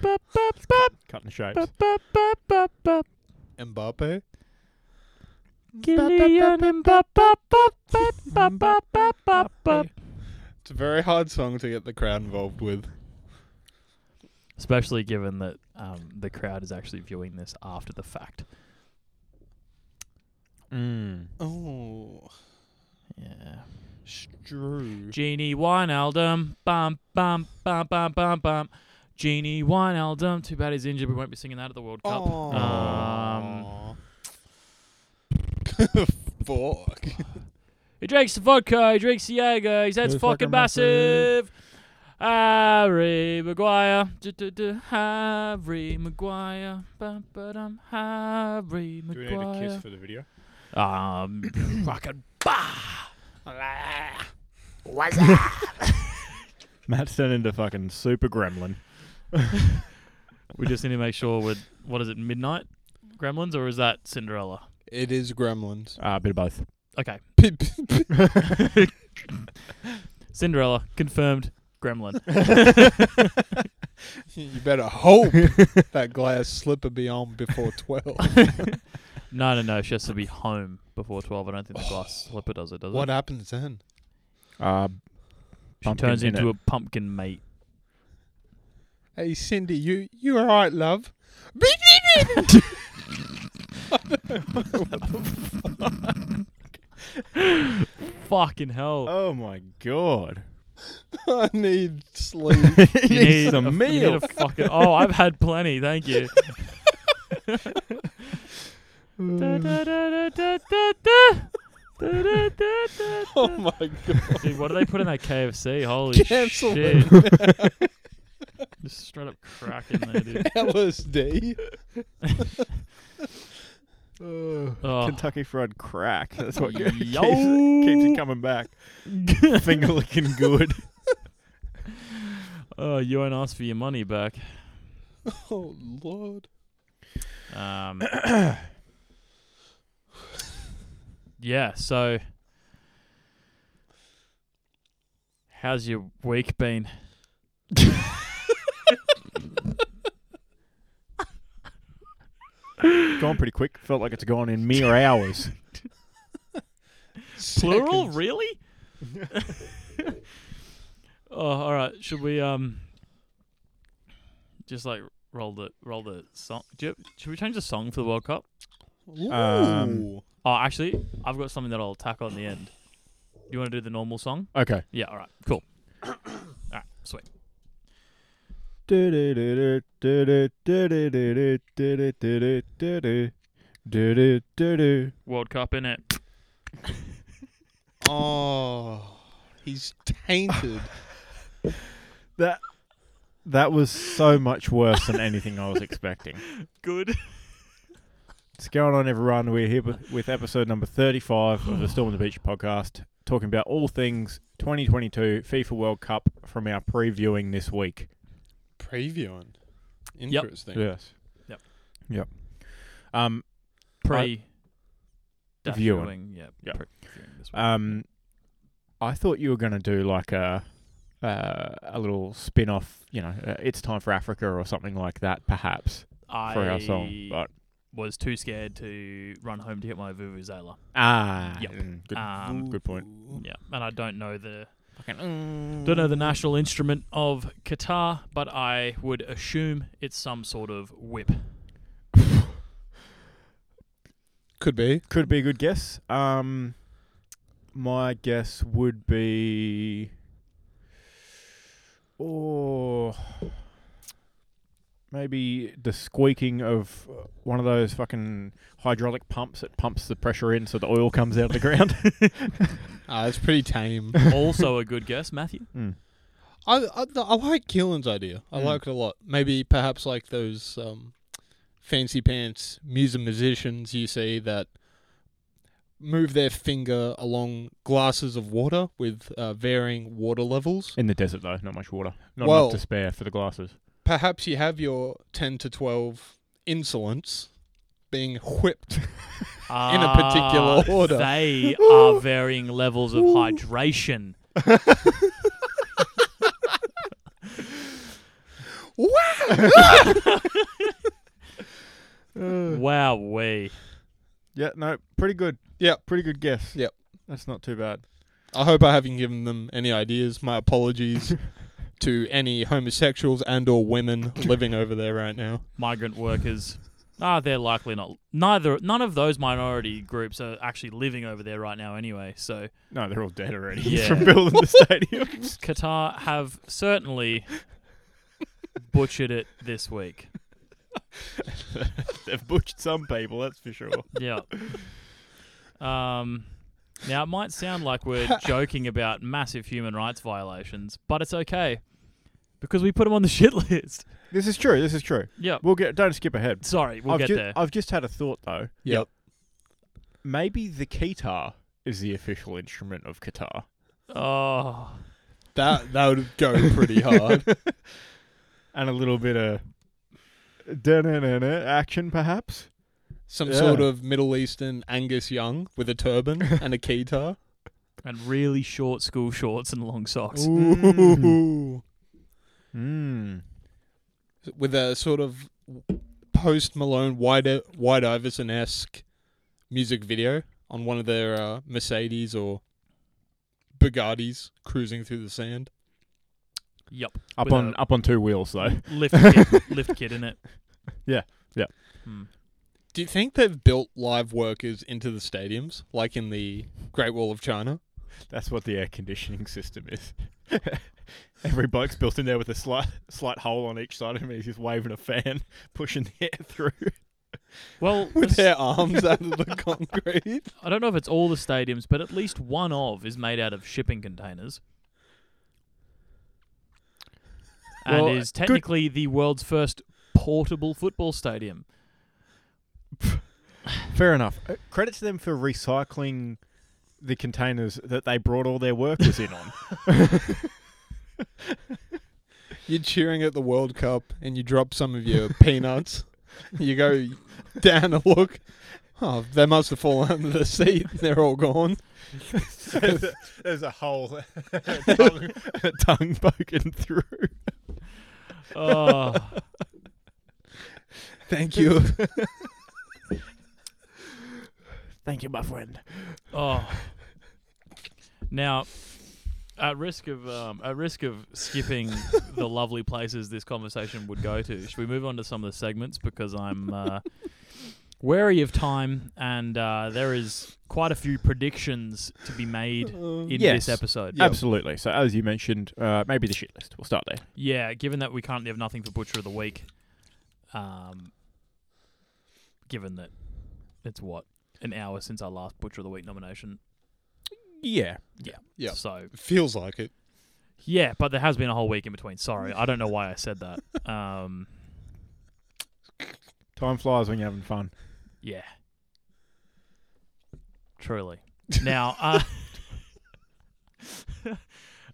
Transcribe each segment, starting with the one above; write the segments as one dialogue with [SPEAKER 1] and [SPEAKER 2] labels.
[SPEAKER 1] Cutting the shapes.
[SPEAKER 2] Kylian
[SPEAKER 3] Mbappe.
[SPEAKER 2] Mbappe.
[SPEAKER 3] It's a very hard song to get the crowd involved with.
[SPEAKER 2] Especially given that um, the crowd is actually viewing this after the fact.
[SPEAKER 1] Mm.
[SPEAKER 3] Oh,
[SPEAKER 2] Yeah.
[SPEAKER 3] Strew.
[SPEAKER 2] Genie Wijnaldum, bum bum bum bum bum bum. Genie Wijnaldum. Too bad he's injured. We won't be singing that at the World Cup. Um,
[SPEAKER 3] Fuck.
[SPEAKER 2] he drinks the vodka. He drinks the Jaeger. His head's
[SPEAKER 1] He's
[SPEAKER 2] fucking
[SPEAKER 1] fucking
[SPEAKER 2] massive.
[SPEAKER 1] massive.
[SPEAKER 2] Harry Maguire. Du-du-du, Harry Maguire. Bum, ba-dum, Harry
[SPEAKER 1] Do we need a kiss
[SPEAKER 2] Maguire.
[SPEAKER 1] for the video?
[SPEAKER 2] Um, fucking
[SPEAKER 1] Matt's turned into fucking super gremlin.
[SPEAKER 2] We just need to make sure we're. What is it? Midnight Gremlins, or is that Cinderella?
[SPEAKER 3] It is Gremlins.
[SPEAKER 1] Ah, a bit of both.
[SPEAKER 2] Okay,
[SPEAKER 3] Pip.
[SPEAKER 2] Cinderella confirmed. Gremlin.
[SPEAKER 3] you better hope that glass slipper be on before 12.
[SPEAKER 2] no, no, no. She has to be home before twelve. I don't think the glass
[SPEAKER 1] Oh,
[SPEAKER 2] slipper does it. Does
[SPEAKER 3] what
[SPEAKER 2] it?
[SPEAKER 3] happens then?
[SPEAKER 1] Uh,
[SPEAKER 2] She
[SPEAKER 1] pumpkin
[SPEAKER 2] turns
[SPEAKER 1] in
[SPEAKER 2] into
[SPEAKER 1] it.
[SPEAKER 2] a pumpkin mate.
[SPEAKER 3] Hey, Cindy, you, you all right, love?
[SPEAKER 2] Fucking hell!
[SPEAKER 1] oh my god.
[SPEAKER 3] I need sleep.
[SPEAKER 1] He
[SPEAKER 2] You
[SPEAKER 1] needs
[SPEAKER 2] need
[SPEAKER 1] a
[SPEAKER 2] a- you need
[SPEAKER 1] meal.
[SPEAKER 2] a fucking. Oh, I've had plenty. Thank you. Da, da, da, da, da, da, da. Da, da, da, da,
[SPEAKER 3] oh
[SPEAKER 2] da.
[SPEAKER 3] my god.
[SPEAKER 2] Dude, what do they put in that KFC? Holy
[SPEAKER 3] Cancel
[SPEAKER 2] shit! Just straight up crack in there, dude.
[SPEAKER 3] LSD. Uh,
[SPEAKER 2] Oh.
[SPEAKER 1] Kentucky Fried Crack. That's what
[SPEAKER 2] Yo.
[SPEAKER 1] keeps, it, keeps it coming back. Finger looking good.
[SPEAKER 2] Oh, you won't ask for your money back.
[SPEAKER 3] oh, Lord.
[SPEAKER 2] Um, yeah, so how's your week been?
[SPEAKER 1] gone pretty quick. Felt like it's gone in mere hours.
[SPEAKER 2] Plural,
[SPEAKER 3] Seconds.
[SPEAKER 2] really? oh, all right. Should we um just like roll the roll the song? Do you, should we change the song for the World Cup?
[SPEAKER 1] Um,
[SPEAKER 3] Ooh.
[SPEAKER 2] Oh, actually, I've got something that I'll tackle in the end. You want to do the normal song?
[SPEAKER 1] Okay.
[SPEAKER 2] Yeah. All right. Cool. all right. Sweet. World Cup in it.
[SPEAKER 3] oh, he's tainted.
[SPEAKER 1] That that was so much worse than anything I was expecting.
[SPEAKER 2] Good.
[SPEAKER 1] What's going on, everyone? We're here with- with episode number 35 of the Storm on the Beach podcast, talking about all things 2022 FIFA World Cup from our previewing this week.
[SPEAKER 3] Previewing. Interesting.
[SPEAKER 1] Yes.
[SPEAKER 2] Yep.
[SPEAKER 1] Yep. Um,
[SPEAKER 2] Pre. dash
[SPEAKER 1] Viewing.
[SPEAKER 2] Yeah.
[SPEAKER 1] Yeah.
[SPEAKER 2] Pre- viewing this one.
[SPEAKER 1] um, I thought you were going to do like a uh, a little spin off, you know, uh, it's time for Africa or something like that, perhaps,
[SPEAKER 2] I
[SPEAKER 1] for our song. But
[SPEAKER 2] was too scared to run home to get my vuvuzela.
[SPEAKER 1] ah,
[SPEAKER 2] Yep.
[SPEAKER 1] mm, good,
[SPEAKER 2] Um,
[SPEAKER 1] good point.
[SPEAKER 2] Yeah, and I don't know the
[SPEAKER 1] Fucking,
[SPEAKER 2] don't know the national instrument of Qatar, but I would assume it's some sort of whip.
[SPEAKER 3] Could be.
[SPEAKER 1] Could be a good guess. Um, my guess would be, or oh, maybe the squeaking of uh, one of those fucking hydraulic pumps that pumps the pressure in so the oil comes out of the ground.
[SPEAKER 3] Ah, it's pretty tame.
[SPEAKER 2] also a good guess, Matthew.
[SPEAKER 1] Mm.
[SPEAKER 3] I, I I like Keelan's idea. I
[SPEAKER 1] Mm.
[SPEAKER 3] like it a lot. Maybe perhaps like those um, fancy pants music musicians you see that move their finger along glasses of water with uh, varying water levels.
[SPEAKER 1] In the desert though, not much water, not
[SPEAKER 3] Well-
[SPEAKER 1] enough to spare for the glasses.
[SPEAKER 3] Perhaps you have your ten to twelve insolence being whipped. In a particular
[SPEAKER 2] Ah,
[SPEAKER 3] order.
[SPEAKER 2] They are varying levels of hydration. Wow, we.
[SPEAKER 1] Yeah, no, pretty good.
[SPEAKER 3] Yep.
[SPEAKER 1] pretty good guess.
[SPEAKER 3] Yep.
[SPEAKER 1] that's not too bad.
[SPEAKER 3] I hope I haven't given them any ideas. My apologies to any homosexuals and or women living over there right now.
[SPEAKER 2] migrant workers. Ah, they're likely not. Neither, none of those minority groups are actually living over there right now, anyway. So
[SPEAKER 1] No, they're all dead already
[SPEAKER 2] Yeah.
[SPEAKER 1] from building the stadiums.
[SPEAKER 2] Qatar have certainly butchered it this week.
[SPEAKER 1] They've butchered some people, that's for sure.
[SPEAKER 2] Yeah. Um. Now it might sound like we're joking about massive human rights violations, but it's okay because we put them on the shit list.
[SPEAKER 1] This is true. This is true.
[SPEAKER 2] Yeah.
[SPEAKER 1] We'll get. Don't skip ahead.
[SPEAKER 2] Sorry, we'll
[SPEAKER 1] I've
[SPEAKER 2] get
[SPEAKER 1] ju-
[SPEAKER 2] there.
[SPEAKER 1] I've just had a thought though.
[SPEAKER 3] Yep.
[SPEAKER 1] Maybe the guitar is the official instrument of Qatar.
[SPEAKER 2] Oh.
[SPEAKER 3] That that would go pretty hard.
[SPEAKER 1] and a little bit of da-na-na-na action, perhaps.
[SPEAKER 3] Some
[SPEAKER 1] Yeah.
[SPEAKER 3] sort of Middle Eastern Angus Young with a turban and a keytar.
[SPEAKER 2] And really short school shorts and long socks.
[SPEAKER 1] Ooh. Mm.
[SPEAKER 3] With a sort of post Malone White White Iverson esque music video on one of their uh, Mercedes or Bugattis cruising through the sand.
[SPEAKER 2] Yep.
[SPEAKER 1] Up
[SPEAKER 2] With
[SPEAKER 1] on
[SPEAKER 2] a-
[SPEAKER 1] up on two wheels though.
[SPEAKER 2] Lift kit, lift kit in it.
[SPEAKER 1] Yeah, yeah.
[SPEAKER 2] Hmm.
[SPEAKER 3] Do you think they've built live workers into the stadiums, like in the Great Wall of China?
[SPEAKER 1] That's what the air conditioning system is. Every bloke's built in there with a slight slight hole on each side of him. And he's just waving a fan, pushing the air through.
[SPEAKER 2] Well,
[SPEAKER 3] With
[SPEAKER 2] this-
[SPEAKER 3] their arms out of the concrete?
[SPEAKER 2] I don't know if it's all the stadiums, but at least one of is made out of shipping containers. And
[SPEAKER 1] Well,
[SPEAKER 2] is technically the world's first portable football stadium.
[SPEAKER 1] Fair enough. Uh, Credit to them for recycling the containers that they brought all their workers in on.
[SPEAKER 3] You're cheering at the World Cup and you drop some of your peanuts. You go down and look. Oh, they must have fallen under the seat. They're all gone.
[SPEAKER 1] there's, a, there's a hole, a tongue, a tongue poking through.
[SPEAKER 2] Oh,
[SPEAKER 3] Thank you.
[SPEAKER 1] Thank you, my friend.
[SPEAKER 2] oh. Now, at risk of um, at risk of skipping the lovely places this conversation would go to, should we move on to some of the segments because I'm uh, wary of time and uh, there is quite a few predictions to be made in
[SPEAKER 1] Yes.
[SPEAKER 2] this episode.
[SPEAKER 3] Yep.
[SPEAKER 1] Absolutely. So, as you mentioned, uh, maybe the shit list. We'll start there.
[SPEAKER 2] Yeah, given that we currently have nothing for Butcher of the Week, um, given that it's what an hour since our last Butcher of the Week nomination,
[SPEAKER 1] Yeah.
[SPEAKER 3] Yep.
[SPEAKER 2] so
[SPEAKER 3] Feels like it.
[SPEAKER 2] yeah, but there has been a whole week in between. Sorry, I don't know why I said that. Um,
[SPEAKER 1] Time flies when you're having fun.
[SPEAKER 2] yeah, truly. Now, uh,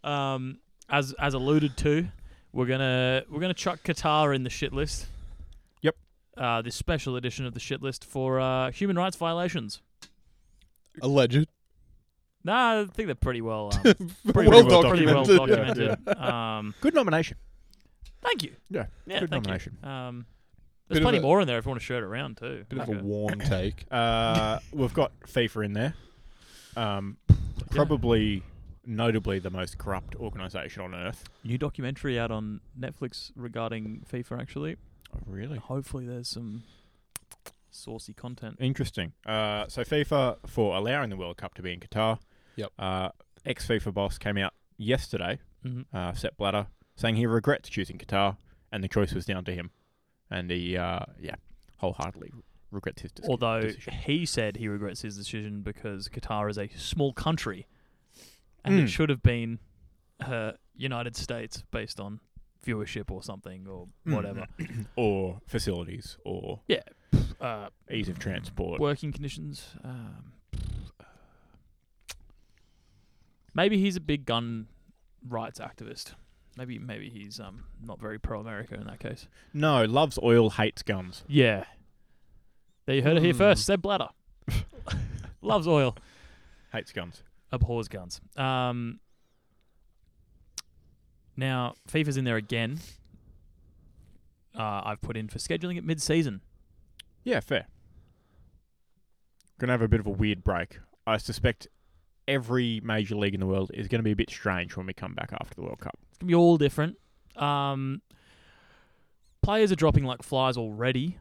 [SPEAKER 2] um, as as alluded to, we're gonna we're gonna chuck Qatar in the shit list.
[SPEAKER 1] Yep.
[SPEAKER 2] Uh, this special edition of the shit list for uh, human rights violations.
[SPEAKER 3] Alleged.
[SPEAKER 2] Nah, I think they're pretty well, um, pretty
[SPEAKER 1] well
[SPEAKER 2] pretty well
[SPEAKER 1] documented.
[SPEAKER 2] documented. Um,
[SPEAKER 1] Good nomination.
[SPEAKER 2] thank you.
[SPEAKER 1] Yeah,
[SPEAKER 2] yeah,
[SPEAKER 1] good
[SPEAKER 2] thank you.
[SPEAKER 1] nomination.
[SPEAKER 2] Um, there's
[SPEAKER 3] Bit of
[SPEAKER 2] plenty
[SPEAKER 3] a-
[SPEAKER 2] more in there if you want to share it around too.
[SPEAKER 3] Bit of
[SPEAKER 2] Okay.
[SPEAKER 3] a warm take.
[SPEAKER 1] Uh, we've got FIFA in there. Um, probably, notably, the most corrupt organisation on earth.
[SPEAKER 2] new documentary out on Netflix regarding FIFA. Actually,
[SPEAKER 1] Oh, really?
[SPEAKER 2] hopefully there's some saucy content.
[SPEAKER 1] Interesting. Uh, so FIFA for allowing the World Cup to be in Qatar.
[SPEAKER 3] Yep.
[SPEAKER 1] Uh, Ex FIFA boss came out yesterday,
[SPEAKER 2] Mhm.
[SPEAKER 1] uh, Sepp Blatter, saying he regrets choosing Qatar, and the choice was down to him, and he, uh, yeah, wholeheartedly regrets his decision.
[SPEAKER 2] Although
[SPEAKER 1] decision.
[SPEAKER 2] he said he regrets his decision because Qatar is a small country, and
[SPEAKER 3] Hmm.
[SPEAKER 1] Mm.
[SPEAKER 2] it should have been uh, United States based on viewership or something or
[SPEAKER 3] Hmm.
[SPEAKER 1] Mm.
[SPEAKER 2] whatever.
[SPEAKER 1] or facilities, or
[SPEAKER 2] Uh,
[SPEAKER 1] ease of transport.
[SPEAKER 2] working conditions. Um, maybe he's a big gun rights activist. Maybe maybe he's um not very pro America in that case.
[SPEAKER 1] No, loves oil, hates guns.
[SPEAKER 2] Yeah. There you heard it here
[SPEAKER 3] Hmm.
[SPEAKER 2] first. Seb Blatter loves oil,
[SPEAKER 1] Hates guns.
[SPEAKER 2] abhors guns. Um. Now FIFA's in there again. uh, I've put in for scheduling at mid-season.
[SPEAKER 1] Yeah, fair. Gonna have a bit of a weird break. I suspect every major league in the world is gonna be a bit strange when we come back after the World Cup.
[SPEAKER 2] It's gonna be all different. Um, players are dropping like flies already.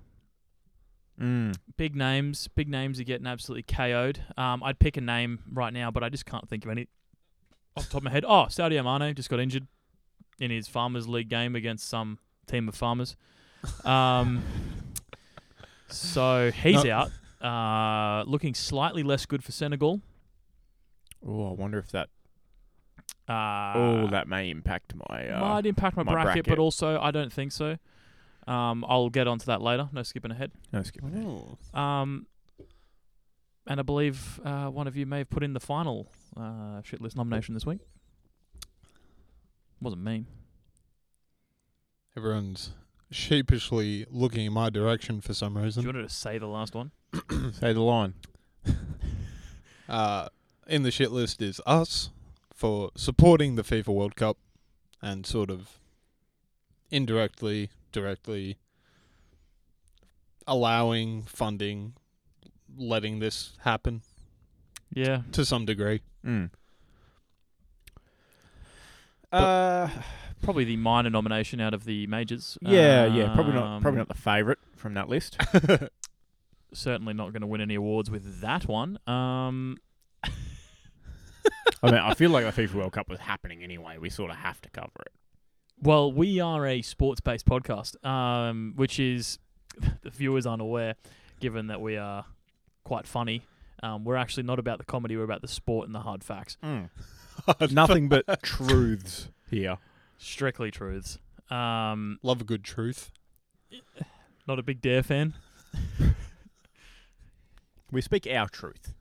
[SPEAKER 1] Mm.
[SPEAKER 2] big names, big names are getting absolutely KO'd. Um, I'd pick a name right now, but I just can't think of any off the top of my head. Oh, Saudi Amano just got injured in his Farmers League game against some team of farmers. Um, so he's out. Uh, looking slightly less good for Senegal.
[SPEAKER 1] Oh, I wonder if that.
[SPEAKER 2] Uh,
[SPEAKER 1] oh, that may impact my. Uh,
[SPEAKER 2] might impact my,
[SPEAKER 1] my
[SPEAKER 2] bracket,
[SPEAKER 1] bracket.
[SPEAKER 2] but also I don't think so. Um, I'll get onto that later. No skipping ahead.
[SPEAKER 1] no, skip it.
[SPEAKER 3] Oh.
[SPEAKER 2] Um, and I believe uh, one of you may have put in the final uh, shit list nomination this week. Wasn't me.
[SPEAKER 3] Everyone's sheepishly looking in my direction for some
[SPEAKER 2] Do you
[SPEAKER 3] reason.
[SPEAKER 2] want to say the last one?
[SPEAKER 1] Say the line.
[SPEAKER 3] Uh, in the shit list is us for supporting the FIFA World Cup and sort of indirectly, directly allowing, funding, letting this happen
[SPEAKER 2] Yeah.
[SPEAKER 3] to some degree.
[SPEAKER 1] Mm.
[SPEAKER 2] But-
[SPEAKER 1] Uh,
[SPEAKER 2] Probably the minor nomination out of the majors.
[SPEAKER 1] yeah, yeah, probably not. Probably
[SPEAKER 2] Um,
[SPEAKER 1] not the favourite from that list.
[SPEAKER 2] Certainly not going to win any awards with that one. Um,
[SPEAKER 1] I mean, I feel like the FIFA World Cup was happening anyway. We sort of have to cover it.
[SPEAKER 2] Well, we are a sports based podcast, um, which is, the viewers aren't aware, given that we are quite funny. Um, we're actually not about the comedy, we're about the sport and the hard facts.
[SPEAKER 1] Nothing but truths here.
[SPEAKER 2] Strictly truths. Um,
[SPEAKER 3] Love a good truth.
[SPEAKER 2] not a big Dare fan.
[SPEAKER 1] We speak our truth.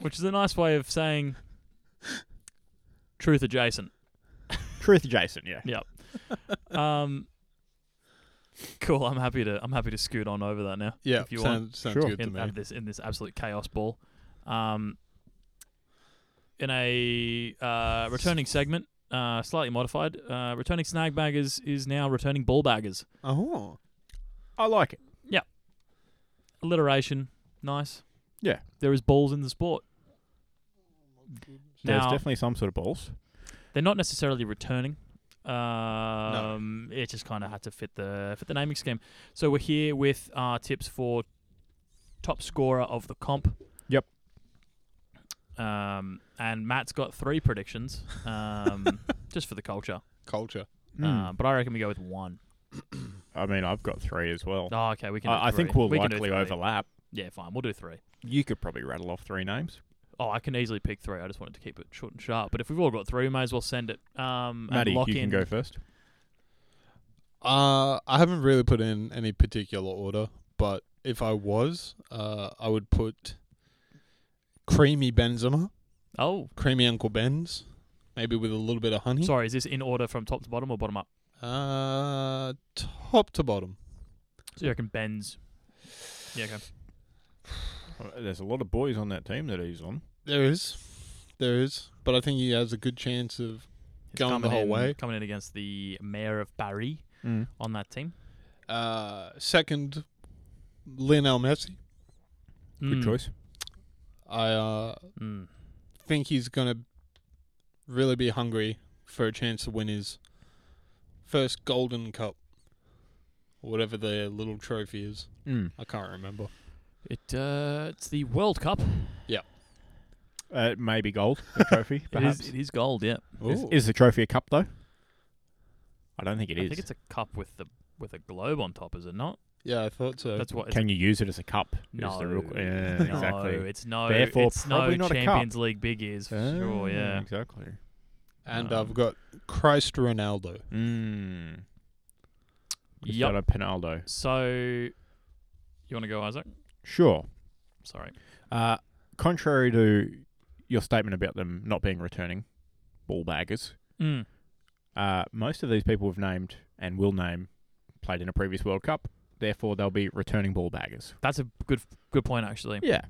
[SPEAKER 2] Which is a nice way of saying truth adjacent.
[SPEAKER 1] Truth adjacent, yeah.
[SPEAKER 2] Um, cool. I'm happy to. I'm happy to scoot on over that now.
[SPEAKER 3] Yeah,
[SPEAKER 2] If you
[SPEAKER 3] sounds, sounds
[SPEAKER 1] Sure.
[SPEAKER 3] good to
[SPEAKER 2] in,
[SPEAKER 3] me.
[SPEAKER 2] at this in this absolute chaos ball. Um, in a uh, returning segment, uh, slightly modified, uh, returning snag baggers is now returning ball baggers.
[SPEAKER 3] Oh,
[SPEAKER 1] I like it.
[SPEAKER 2] Alliteration, nice.
[SPEAKER 1] Yeah.
[SPEAKER 2] there is balls in the sport.
[SPEAKER 1] There's
[SPEAKER 2] Now-
[SPEAKER 1] definitely some sort of balls.
[SPEAKER 2] They're not necessarily returning. Um, it just kind of had to fit the fit the naming scheme. So we're here with our tips for top scorer of the comp.
[SPEAKER 1] Yep.
[SPEAKER 2] Um, and Matt's got three predictions, um, just for the culture.
[SPEAKER 3] culture.
[SPEAKER 1] Hmm.
[SPEAKER 2] Uh, but I reckon we go with one.
[SPEAKER 1] Um, I mean, I've got three as well.
[SPEAKER 2] Oh, okay, we can. do
[SPEAKER 1] I, I think
[SPEAKER 2] three.
[SPEAKER 1] we'll
[SPEAKER 2] We can do
[SPEAKER 1] likely
[SPEAKER 2] three.
[SPEAKER 1] overlap.
[SPEAKER 2] Yeah, fine. We'll do three.
[SPEAKER 1] You could probably rattle off three names.
[SPEAKER 2] Oh, I can easily pick three. I just wanted to keep it short and sharp. But if we've all got three, we may as well send it. Um,
[SPEAKER 1] Maddie,
[SPEAKER 2] and lock
[SPEAKER 1] you
[SPEAKER 2] in.
[SPEAKER 1] can go first.
[SPEAKER 3] Uh, I haven't really put in any particular order, but if I was, uh, I would put creamy Benzema,
[SPEAKER 2] Oh,
[SPEAKER 3] creamy Uncle Ben's, maybe with a little bit of honey.
[SPEAKER 2] sorry. Is this in order from top to bottom or bottom up?
[SPEAKER 3] Uh, top to bottom.
[SPEAKER 2] So you reckon Ben's? Yeah, okay.
[SPEAKER 1] Uh, There's a lot of boys on that team that he's on.
[SPEAKER 3] There is, there is, but I think he has a good chance of.
[SPEAKER 2] He's
[SPEAKER 3] Going the
[SPEAKER 2] coming
[SPEAKER 3] whole
[SPEAKER 2] in-
[SPEAKER 3] way.
[SPEAKER 2] Coming in against the mayor of Barry on that team.
[SPEAKER 3] Uh, second, Lionel Messi.
[SPEAKER 1] Good
[SPEAKER 2] Mm,
[SPEAKER 1] choice.
[SPEAKER 3] I uh,
[SPEAKER 2] mm.
[SPEAKER 3] think he's gonna really be hungry for a chance to win his first Golden Cup, whatever the little trophy is.
[SPEAKER 2] Mm.
[SPEAKER 3] I can't remember.
[SPEAKER 2] It uh, it's the World Cup.
[SPEAKER 1] Uh, maybe gold, a trophy,
[SPEAKER 2] It is,
[SPEAKER 1] perhaps.
[SPEAKER 2] it is gold. Yeah,
[SPEAKER 1] Is, is the trophy a cup, though? I don't think it
[SPEAKER 2] I
[SPEAKER 1] is.
[SPEAKER 2] think it's a cup with the with a globe on top. Is it not?
[SPEAKER 3] yeah, I thought so.
[SPEAKER 2] That's what. it's-
[SPEAKER 1] Can you Uh, use it as a cup? Is
[SPEAKER 2] no,
[SPEAKER 1] the real- yeah,
[SPEAKER 2] no,
[SPEAKER 1] exactly.
[SPEAKER 2] It's no.
[SPEAKER 1] Therefore,
[SPEAKER 2] it's no
[SPEAKER 1] probably not a cup.
[SPEAKER 2] Champions League big ears. For
[SPEAKER 1] Oh,
[SPEAKER 2] sure. Yeah.
[SPEAKER 1] Exactly.
[SPEAKER 3] and
[SPEAKER 2] um,
[SPEAKER 3] I've got Christ Ronaldo.
[SPEAKER 1] Mm.
[SPEAKER 2] Yup.
[SPEAKER 1] Cristiano Pinaldo.
[SPEAKER 2] So, you want to go, Isaac?
[SPEAKER 1] Sure.
[SPEAKER 2] Sorry.
[SPEAKER 1] Uh, contrary to your statement about them not being returning ball baggers,
[SPEAKER 2] Mm.
[SPEAKER 1] uh, most of these people have named and will name played in a previous World Cup. Therefore, they'll be returning ball baggers.
[SPEAKER 2] That's a good good point actually.
[SPEAKER 1] Yeah.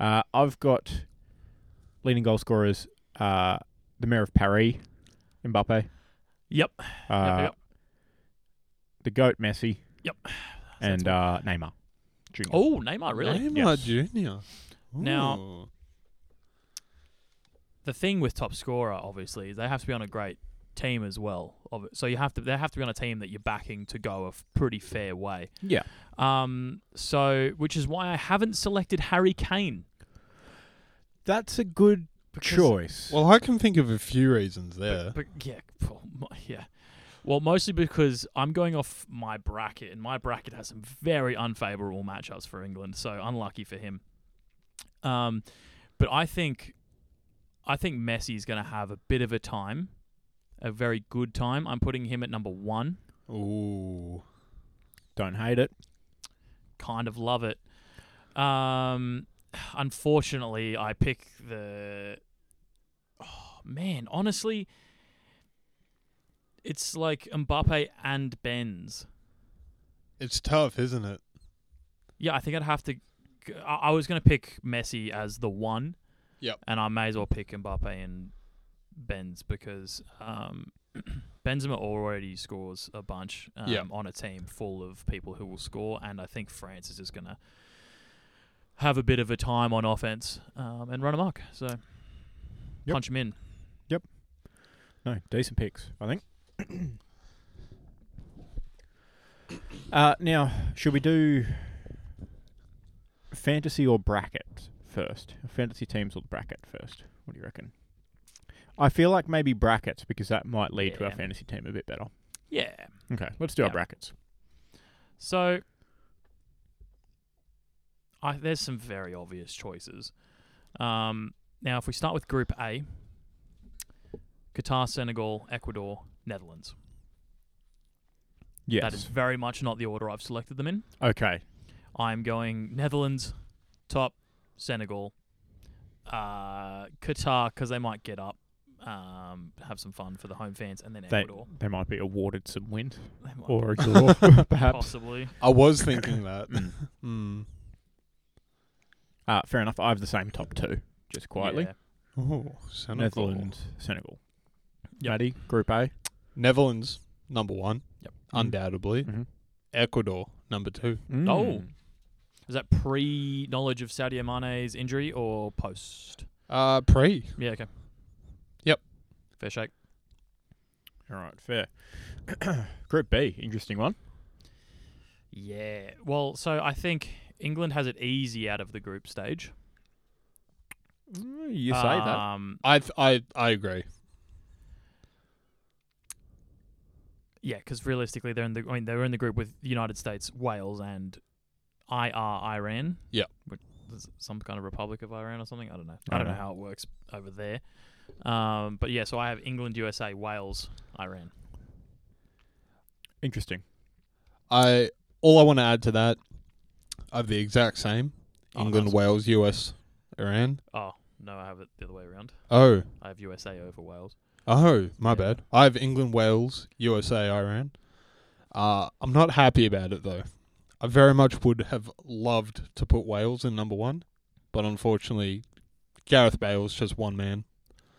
[SPEAKER 1] Uh, I've got leading goal scorers uh, the mayor of Paris, Mbappe.
[SPEAKER 2] Yep.
[SPEAKER 1] Uh,
[SPEAKER 2] yep.
[SPEAKER 1] the goat Messi.
[SPEAKER 2] Yep.
[SPEAKER 1] And uh, Neymar. Junior.
[SPEAKER 2] Oh, Neymar, really?
[SPEAKER 1] Yes.
[SPEAKER 3] Neymar Junior.
[SPEAKER 2] Now- The thing with top scorer, obviously, is they have to be on a great team as well. Of it. So you have to they have to be on a team that you're backing to go a f- pretty fair way.
[SPEAKER 1] Yeah.
[SPEAKER 2] Um. So, which is why I haven't selected Harry Kane.
[SPEAKER 1] That's a good
[SPEAKER 2] Because-
[SPEAKER 1] choice.
[SPEAKER 3] well, I can think of a few reasons there.
[SPEAKER 2] But yeah, well, mo- yeah. Well, mostly because I'm going off my bracket, and my bracket has some very unfavourable matchups for England. So unlucky for him. Um, but I think, I think Messi is going to have a bit of a time, a very good time. I'm putting him at number one.
[SPEAKER 3] Ooh,
[SPEAKER 1] Don't hate it.
[SPEAKER 2] Kind of love it. Um, unfortunately, I pick the. Oh man, honestly, it's like Mbappe and Benz.
[SPEAKER 3] it's tough, isn't it?
[SPEAKER 2] Yeah, I think I'd have to. g- I, I was going to pick Messi as the one.
[SPEAKER 3] Yep.
[SPEAKER 2] And I may as well pick Mbappe and Benz because um, Benzema already scores a bunch um,
[SPEAKER 3] Yep.
[SPEAKER 2] on a team full of people who will score, and I think France is just going to have a bit of a time on offense um, and run amok. So
[SPEAKER 1] Yep.
[SPEAKER 2] punch him in.
[SPEAKER 1] No, decent picks, I think. uh, now, should we do fantasy or bracket first? Fantasy teams or bracket first? What do you reckon? I feel like maybe brackets because that might lead to our
[SPEAKER 2] Yeah.
[SPEAKER 1] fantasy team a bit better.
[SPEAKER 2] Yeah.
[SPEAKER 1] Okay, let's do our
[SPEAKER 2] Yeah.
[SPEAKER 1] brackets.
[SPEAKER 2] So I, there's some very obvious choices. Um, now, if we start with Group A, Qatar, Senegal, Ecuador, Netherlands.
[SPEAKER 1] Yes.
[SPEAKER 2] That is very much not the order I've selected them in.
[SPEAKER 1] okay.
[SPEAKER 2] I'm going Netherlands, top, Senegal, uh, Qatar, because they might get up, um, have some fun for the home fans, and then
[SPEAKER 1] They,
[SPEAKER 2] Ecuador.
[SPEAKER 1] they might be awarded some wins
[SPEAKER 2] They might
[SPEAKER 1] or a draw, perhaps.
[SPEAKER 2] possibly.
[SPEAKER 3] I was thinking that. Hmm.
[SPEAKER 1] Uh, fair enough. I have the same top two, just quietly.
[SPEAKER 2] Yeah.
[SPEAKER 3] Oh, Senegal.
[SPEAKER 1] Netherlands, Senegal.
[SPEAKER 2] Yep.
[SPEAKER 1] Maddie, Group A.
[SPEAKER 3] Netherlands number one.
[SPEAKER 2] Yep. Mm.
[SPEAKER 3] Undoubtedly.
[SPEAKER 2] Mm-hmm.
[SPEAKER 1] Mhm.
[SPEAKER 3] Ecuador number two.
[SPEAKER 2] Oh.
[SPEAKER 1] Mm.
[SPEAKER 2] Is that pre knowledge of Sadio Mane's injury or post?
[SPEAKER 3] Uh, pre.
[SPEAKER 2] Yeah, okay.
[SPEAKER 3] Yep.
[SPEAKER 2] Fair shake.
[SPEAKER 1] All right, fair. Group B, interesting one.
[SPEAKER 2] Yeah. Well, so I think England has it easy out of the group stage. Mm,
[SPEAKER 1] You say that.
[SPEAKER 2] Um,
[SPEAKER 3] I th- I I agree.
[SPEAKER 2] yeah, because realistically, they're in the. I mean, they're in the group with the United States, Wales, and IR Iran.
[SPEAKER 3] Yep.
[SPEAKER 2] Which is some kind of Republic of Iran or something. I don't know.
[SPEAKER 1] I
[SPEAKER 2] I don't know
[SPEAKER 1] dunno.
[SPEAKER 2] how it works over there. Um, but yeah, so I have England, USA, Wales, Iran.
[SPEAKER 1] Interesting.
[SPEAKER 3] I all I want to add to that. I have the exact same.
[SPEAKER 2] Oh,
[SPEAKER 3] England,
[SPEAKER 2] nice.
[SPEAKER 3] Wales, U.S., Iran.
[SPEAKER 2] Oh no, I have it the other way around.
[SPEAKER 3] Oh,
[SPEAKER 2] I have USA over Wales.
[SPEAKER 3] oh, my
[SPEAKER 2] Yeah.
[SPEAKER 3] bad. I have England, Wales, USA, Iran. Uh, I'm not happy about it though. I very much would have loved to put Wales in number one, but unfortunately, Gareth Bale's just one man.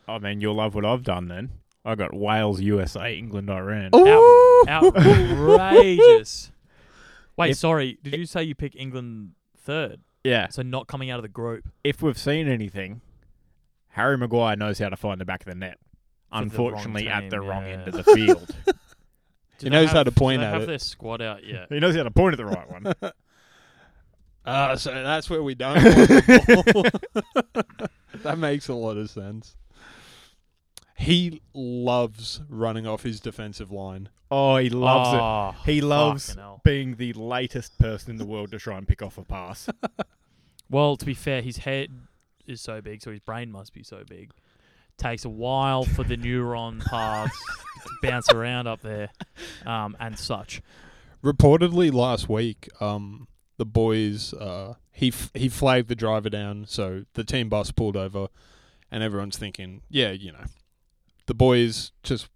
[SPEAKER 1] I mean, you'll love what I've done then. I got Wales, USA, England, Iran.
[SPEAKER 2] Outrageous. Wait,
[SPEAKER 1] If-
[SPEAKER 2] sorry. Did you say you pick England third?
[SPEAKER 1] Yeah.
[SPEAKER 2] So not coming out of the group.
[SPEAKER 1] If we've seen anything, Harry Maguire knows how to find the back of the net.
[SPEAKER 2] the wrong
[SPEAKER 1] Unfortunately, at the
[SPEAKER 2] team,
[SPEAKER 1] wrong
[SPEAKER 2] yeah.
[SPEAKER 1] end of the field.
[SPEAKER 2] Do they
[SPEAKER 3] He knows how
[SPEAKER 2] have-
[SPEAKER 3] to point
[SPEAKER 2] do they
[SPEAKER 3] at
[SPEAKER 2] have
[SPEAKER 3] it.
[SPEAKER 2] their squad out yet.
[SPEAKER 1] he knows how to point at the right one.
[SPEAKER 3] Ah, so that's where we don't. want the ball. that makes a lot of sense. He loves running off his defensive line.
[SPEAKER 1] Oh, he loves it.
[SPEAKER 2] oh,
[SPEAKER 1] He loves
[SPEAKER 2] fucking hell.
[SPEAKER 1] being the latest person in the world to try and pick off a pass.
[SPEAKER 2] Well, to be fair, his head is so big, so his brain must be so big. Takes a while for the neuron paths to bounce around up there, um, and such.
[SPEAKER 3] Reportedly last week, um, the boys uh, he f- he flagged the driver down, so the team bus pulled over, and everyone's thinking, yeah, you know, the boys just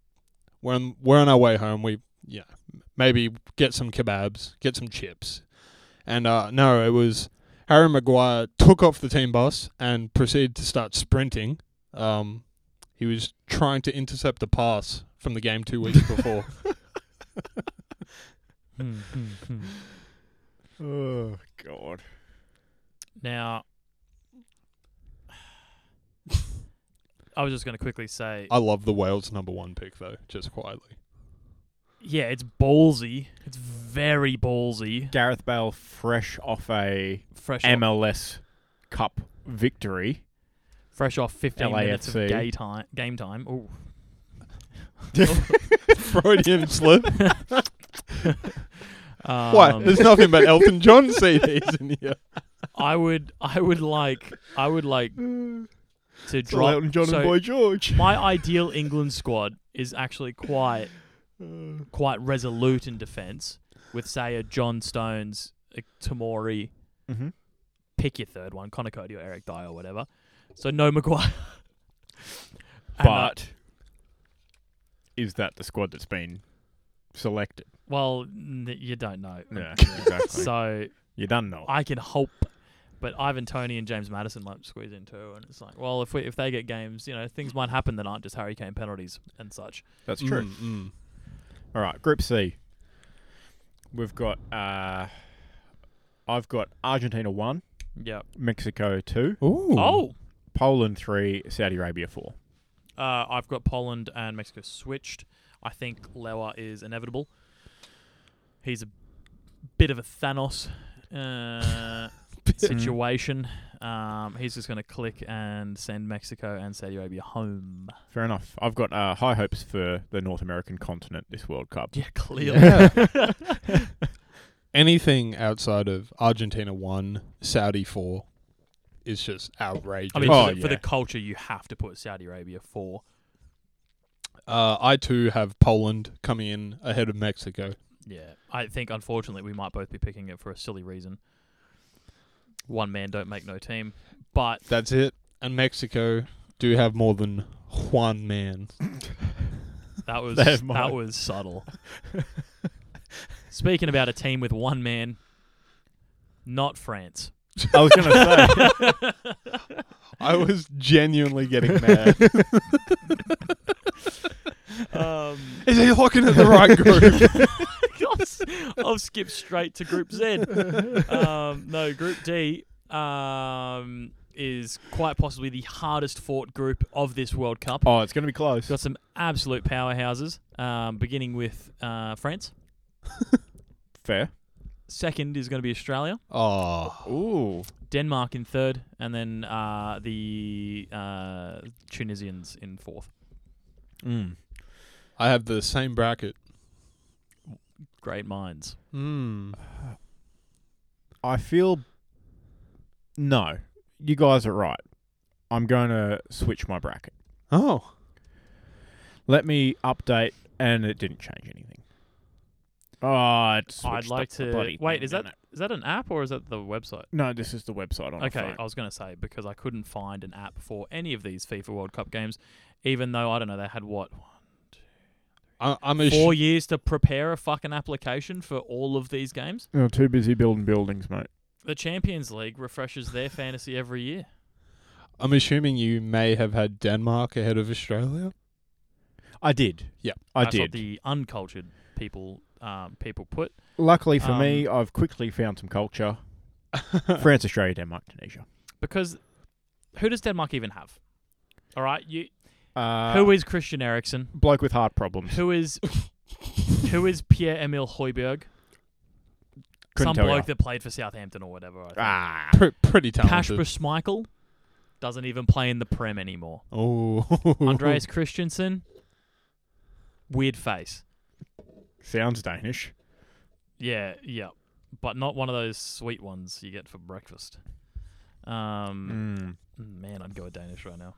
[SPEAKER 3] we're on, we're on our way home. We you know, maybe get some kebabs, get some chips, and uh, no, it was Harry Maguire took off the team bus and proceeded to start sprinting. Um, he was trying to intercept a pass from the game two weeks before.
[SPEAKER 2] Mm, mm, mm.
[SPEAKER 1] Oh God.
[SPEAKER 2] Now, I was just going to quickly say,
[SPEAKER 3] I love the Wales number one pick though, just quietly.
[SPEAKER 2] yeah, it's ballsy. It's very ballsy.
[SPEAKER 1] Gareth Bale, fresh off a
[SPEAKER 2] Fresh off,
[SPEAKER 1] MLS Cup victory.
[SPEAKER 2] fresh off 15 minutes of
[SPEAKER 1] LAFC.
[SPEAKER 2] gay time, game time. Ooh.
[SPEAKER 3] Freudian slip.
[SPEAKER 2] Um,
[SPEAKER 3] what? There's nothing but Elton John CDs in here.
[SPEAKER 2] I would, I would like, I would like to
[SPEAKER 3] It's
[SPEAKER 2] drop.
[SPEAKER 3] Elton John
[SPEAKER 2] so
[SPEAKER 3] and Boy George.
[SPEAKER 2] my ideal England squad is actually quite
[SPEAKER 1] Mm-hmm.
[SPEAKER 2] quite resolute in defence with, say, a John Stones, a Tamori,
[SPEAKER 1] Mm-hmm.
[SPEAKER 2] pick your third one, Connor Cody or Eric Dyer or whatever. So no Maguire. And, uh,
[SPEAKER 1] But is that the squad that's been selected?
[SPEAKER 2] well, n- you don't know.
[SPEAKER 3] Mm.
[SPEAKER 1] Yeah, exactly.
[SPEAKER 2] So
[SPEAKER 1] you done know.
[SPEAKER 2] I can hope, but Ivan Tony and James Madison might squeeze in too, and it's like, well, if we if they get games, you know, things might happen that aren't just Harry Kane penalties and such.
[SPEAKER 1] That's true.
[SPEAKER 3] Mm.
[SPEAKER 1] All right, Group C. We've got. Uh, I've got Argentina one,
[SPEAKER 2] Yep.
[SPEAKER 1] Mexico two,
[SPEAKER 3] Ooh.
[SPEAKER 2] Oh,
[SPEAKER 1] Poland three, Saudi Arabia four.
[SPEAKER 2] uh, I've got Poland and Mexico switched. I think Lewa is inevitable. He's a bit of a Thanos. Uh, situation. Um, he's just going to click and send Mexico and Saudi Arabia home.
[SPEAKER 1] Fair enough. I've got uh, high hopes for the North American continent this World Cup.
[SPEAKER 2] Yeah, clearly.
[SPEAKER 3] Yeah. Anything outside of Argentina one, Saudi four, is just outrageous.
[SPEAKER 2] I mean,
[SPEAKER 1] Oh,
[SPEAKER 2] for, the, for the
[SPEAKER 1] yeah.
[SPEAKER 2] culture, you have to put Saudi Arabia for.
[SPEAKER 3] uh, I too have Poland coming in ahead of Mexico.
[SPEAKER 2] Yeah, I think unfortunately we might both be picking it for a silly reason. One man don't make no team, but
[SPEAKER 3] That's it. And Mexico do have more than one man.
[SPEAKER 2] that was
[SPEAKER 1] There's
[SPEAKER 2] that
[SPEAKER 1] mine.
[SPEAKER 2] was subtle. Speaking about a team with one man, not France.
[SPEAKER 1] I was gonna say.
[SPEAKER 3] I was genuinely getting mad.
[SPEAKER 2] Um,
[SPEAKER 3] Is he looking at the right group?
[SPEAKER 2] I've skipped straight to Group Z. um, no, Group D um, is quite possibly the hardest fought group of this World Cup.
[SPEAKER 1] Oh, it's gonna be close.
[SPEAKER 2] Got some absolute powerhouses, um, beginning with uh, France.
[SPEAKER 1] Fair.
[SPEAKER 2] Second is going to be Australia,
[SPEAKER 3] oh,
[SPEAKER 1] Ooh.
[SPEAKER 2] Denmark in third, and then uh, the uh, Tunisians in fourth.
[SPEAKER 1] Mm.
[SPEAKER 3] I have the same bracket.
[SPEAKER 2] Great minds.
[SPEAKER 3] Hmm.
[SPEAKER 1] I feel. No, you guys are right. I'm going to switch my bracket.
[SPEAKER 3] Oh,
[SPEAKER 1] Let me update, and it didn't change anything. Oh, it's
[SPEAKER 2] I'd like to wait. Is that is that an app or is that the website?
[SPEAKER 1] No, this is the website on. a
[SPEAKER 2] Okay,
[SPEAKER 1] phone.
[SPEAKER 2] I was going to say because I couldn't find an app for any of these FIFA World Cup games, even though I don't know they had what
[SPEAKER 3] I, I'm a
[SPEAKER 2] four years to prepare a fucking application for all of these games.
[SPEAKER 1] No, too busy building buildings, mate.
[SPEAKER 2] The Champions League refreshes their fantasy every year.
[SPEAKER 3] I'm assuming you may have had Denmark ahead of Australia.
[SPEAKER 1] I did.
[SPEAKER 3] Yep.
[SPEAKER 1] I
[SPEAKER 2] That's
[SPEAKER 1] did.
[SPEAKER 2] what the uncultured people um, people put.
[SPEAKER 1] Luckily for me,
[SPEAKER 2] um,
[SPEAKER 1] I've quickly found some culture. France, Australia, Denmark, Tunisia.
[SPEAKER 2] Because who does Denmark even have? All right, you.
[SPEAKER 1] Uh, Mm.
[SPEAKER 2] who is Christian Eriksen?
[SPEAKER 1] bloke with heart problems?
[SPEAKER 2] Who is who is Pierre Emil Hoiberg?
[SPEAKER 1] Couldn't
[SPEAKER 2] Some
[SPEAKER 1] tell
[SPEAKER 2] bloke
[SPEAKER 1] ya.
[SPEAKER 2] that played for Southampton or whatever. I think.
[SPEAKER 1] Ah.
[SPEAKER 3] Pr- pretty talented.
[SPEAKER 2] Kasper Schmeichel doesn't even play in the Prem anymore.
[SPEAKER 3] oh,
[SPEAKER 2] Andreas Christensen, weird face.
[SPEAKER 1] Ah, Sounds Danish.
[SPEAKER 2] Yeah, yeah, but not one of those sweet ones you get for breakfast. Um,
[SPEAKER 1] Mm.
[SPEAKER 2] man, I'd go with Danish right now.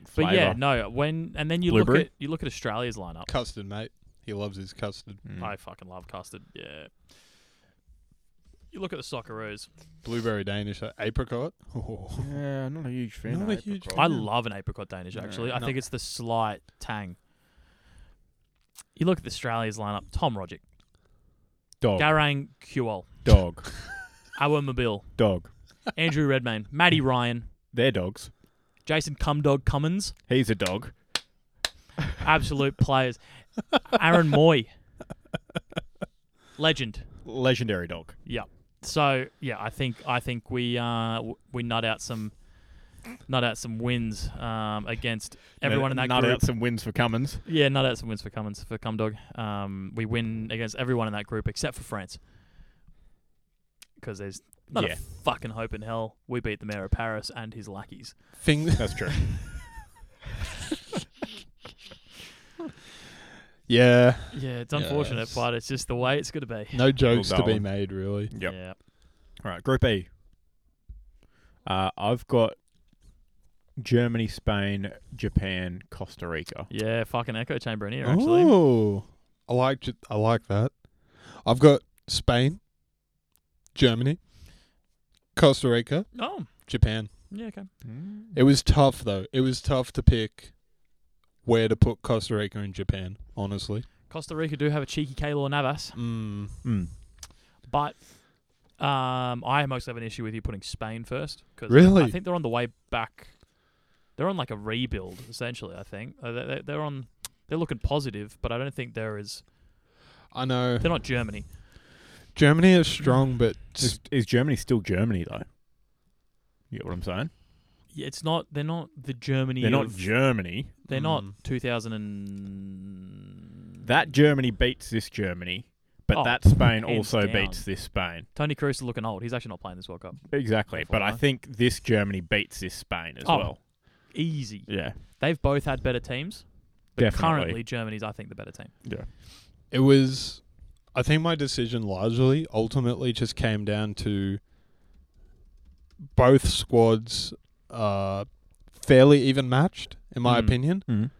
[SPEAKER 2] But
[SPEAKER 1] Flavour.
[SPEAKER 2] yeah, no. When and then you
[SPEAKER 1] Blueberry?
[SPEAKER 2] look at you look at Australia's lineup.
[SPEAKER 3] custard, mate. He loves his custard.
[SPEAKER 1] Mm.
[SPEAKER 2] I fucking love custard. Yeah. You look at the Socceroos.
[SPEAKER 3] Blueberry Danish, uh, apricot. Oh.
[SPEAKER 1] Yeah, I'm not a huge fan.
[SPEAKER 3] Not
[SPEAKER 1] of
[SPEAKER 3] a huge
[SPEAKER 1] apricot.
[SPEAKER 2] I
[SPEAKER 3] Yeah.
[SPEAKER 2] love an apricot Danish.
[SPEAKER 1] Yeah.
[SPEAKER 2] Actually, I
[SPEAKER 3] No.
[SPEAKER 2] think it's the slight tang. You look at the Australia's lineup: Tom Rogic,
[SPEAKER 1] dog,
[SPEAKER 2] Garang Kuol,
[SPEAKER 1] dog,
[SPEAKER 2] Awa Mabil,
[SPEAKER 1] dog.
[SPEAKER 2] Andrew Redmayne, Matty Ryan,
[SPEAKER 1] They're dogs.
[SPEAKER 2] Jason Cumdog Cummins,
[SPEAKER 1] He's a dog.
[SPEAKER 2] absolute players. Aaron Moy, Legend.
[SPEAKER 1] Legendary dog.
[SPEAKER 2] Yeah. So yeah, I think I think we uh w- we nut out some nut out some wins um against everyone in that
[SPEAKER 1] Nut
[SPEAKER 2] group.
[SPEAKER 1] out some wins for Cummins.
[SPEAKER 2] Yeah, nut out some wins for Cummins for Cumdog. Um, we win against everyone in that group except for France. Because there's not
[SPEAKER 1] Yeah.
[SPEAKER 2] a fucking hope in hell we beat the mayor of Paris and his lackeys.
[SPEAKER 3] Thing
[SPEAKER 1] That's true.
[SPEAKER 3] Yeah.
[SPEAKER 2] Yeah, it's unfortunate,
[SPEAKER 3] Yes.
[SPEAKER 2] but it's just the way it's going to be.
[SPEAKER 3] No jokes to be
[SPEAKER 1] darling.
[SPEAKER 3] made really.
[SPEAKER 1] Yep.
[SPEAKER 2] Yeah.
[SPEAKER 1] All right, Group E. Uh, I've got Germany, Spain, Japan, Costa Rica.
[SPEAKER 2] Yeah, fucking echo chamber in here, actually.
[SPEAKER 3] Oh. I like ju- I like that. I've got Spain, Germany, Costa Rica,
[SPEAKER 2] Oh,
[SPEAKER 3] Japan.
[SPEAKER 2] yeah, okay.
[SPEAKER 1] Hmm.
[SPEAKER 3] It was tough though. It was tough to pick where to put Costa Rica and Japan, honestly.
[SPEAKER 2] Costa Rica do have a cheeky Kaylor Navas,
[SPEAKER 3] Mm.
[SPEAKER 1] Mm.
[SPEAKER 2] but um, I mostly have an issue with you putting Spain first. Cause I
[SPEAKER 3] Really?
[SPEAKER 2] think they're on the way back. They're on like a rebuild, essentially, I think. Uh, they- they- They're on. They're looking positive, but I don't think they're as.
[SPEAKER 3] I know
[SPEAKER 2] They're not Germany.
[SPEAKER 3] Germany is strong, but
[SPEAKER 1] Is, is Germany still Germany though? You get what I'm saying?
[SPEAKER 2] Yeah, It's not. They're not the Germany.
[SPEAKER 1] They're not
[SPEAKER 2] of-
[SPEAKER 1] Germany.
[SPEAKER 2] They're not
[SPEAKER 3] Mm.
[SPEAKER 2] 2000 and
[SPEAKER 1] That Germany beats this Germany, but
[SPEAKER 2] Oh,
[SPEAKER 1] that Spain
[SPEAKER 2] hands
[SPEAKER 1] also
[SPEAKER 2] down.
[SPEAKER 1] beats this Spain.
[SPEAKER 2] Tony Cruz is looking old. He's actually not playing this World Cup.
[SPEAKER 1] Exactly. But I
[SPEAKER 2] FYI.
[SPEAKER 1] think this Germany beats this Spain as
[SPEAKER 2] Oh.
[SPEAKER 1] well.
[SPEAKER 2] Easy.
[SPEAKER 1] Yeah.
[SPEAKER 2] They've both had better teams. But
[SPEAKER 1] Definitely.
[SPEAKER 2] currently, Germany's, I think, the better team.
[SPEAKER 3] it was I think my decision largely ultimately just came down to both squads uh fairly even matched in my
[SPEAKER 2] Mm.
[SPEAKER 3] opinion,
[SPEAKER 1] Mm.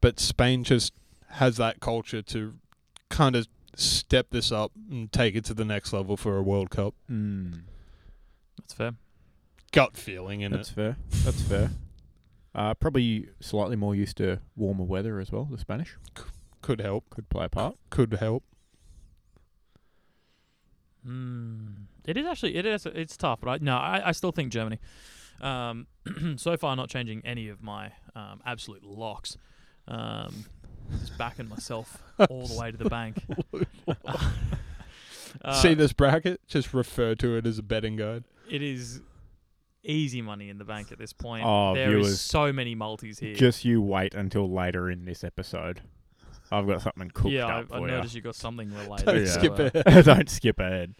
[SPEAKER 3] but Spain just has that culture to kind of step this up and take it to the next level for a World Cup.
[SPEAKER 1] Mm.
[SPEAKER 2] That's fair.
[SPEAKER 3] Gut feeling in
[SPEAKER 1] That's
[SPEAKER 3] it.
[SPEAKER 1] fair. That's fair. Uh, probably slightly more used to warmer weather as well. The Spanish
[SPEAKER 3] Could help.
[SPEAKER 1] could play a part.
[SPEAKER 3] Could help.
[SPEAKER 2] Mm. It is actually it is it's tough, but I, no, I, I still think Germany. Um, so far, not changing any of my um, absolute locks. Um, just backing myself all the way to the bank. Uh,
[SPEAKER 3] See this bracket? Just refer to it as a betting guide.
[SPEAKER 2] it is easy money in the bank at this point.
[SPEAKER 1] Oh,
[SPEAKER 2] There is
[SPEAKER 1] viewers.
[SPEAKER 2] so many multis here.
[SPEAKER 1] Just you wait until later in this episode. I've got something cooked
[SPEAKER 2] yeah, I,
[SPEAKER 1] up
[SPEAKER 2] I
[SPEAKER 1] for
[SPEAKER 2] noticed you got something related.
[SPEAKER 3] Don't
[SPEAKER 1] Yeah.
[SPEAKER 2] so,
[SPEAKER 3] skip
[SPEAKER 2] uh,
[SPEAKER 3] it.
[SPEAKER 1] you. Don't skip ahead.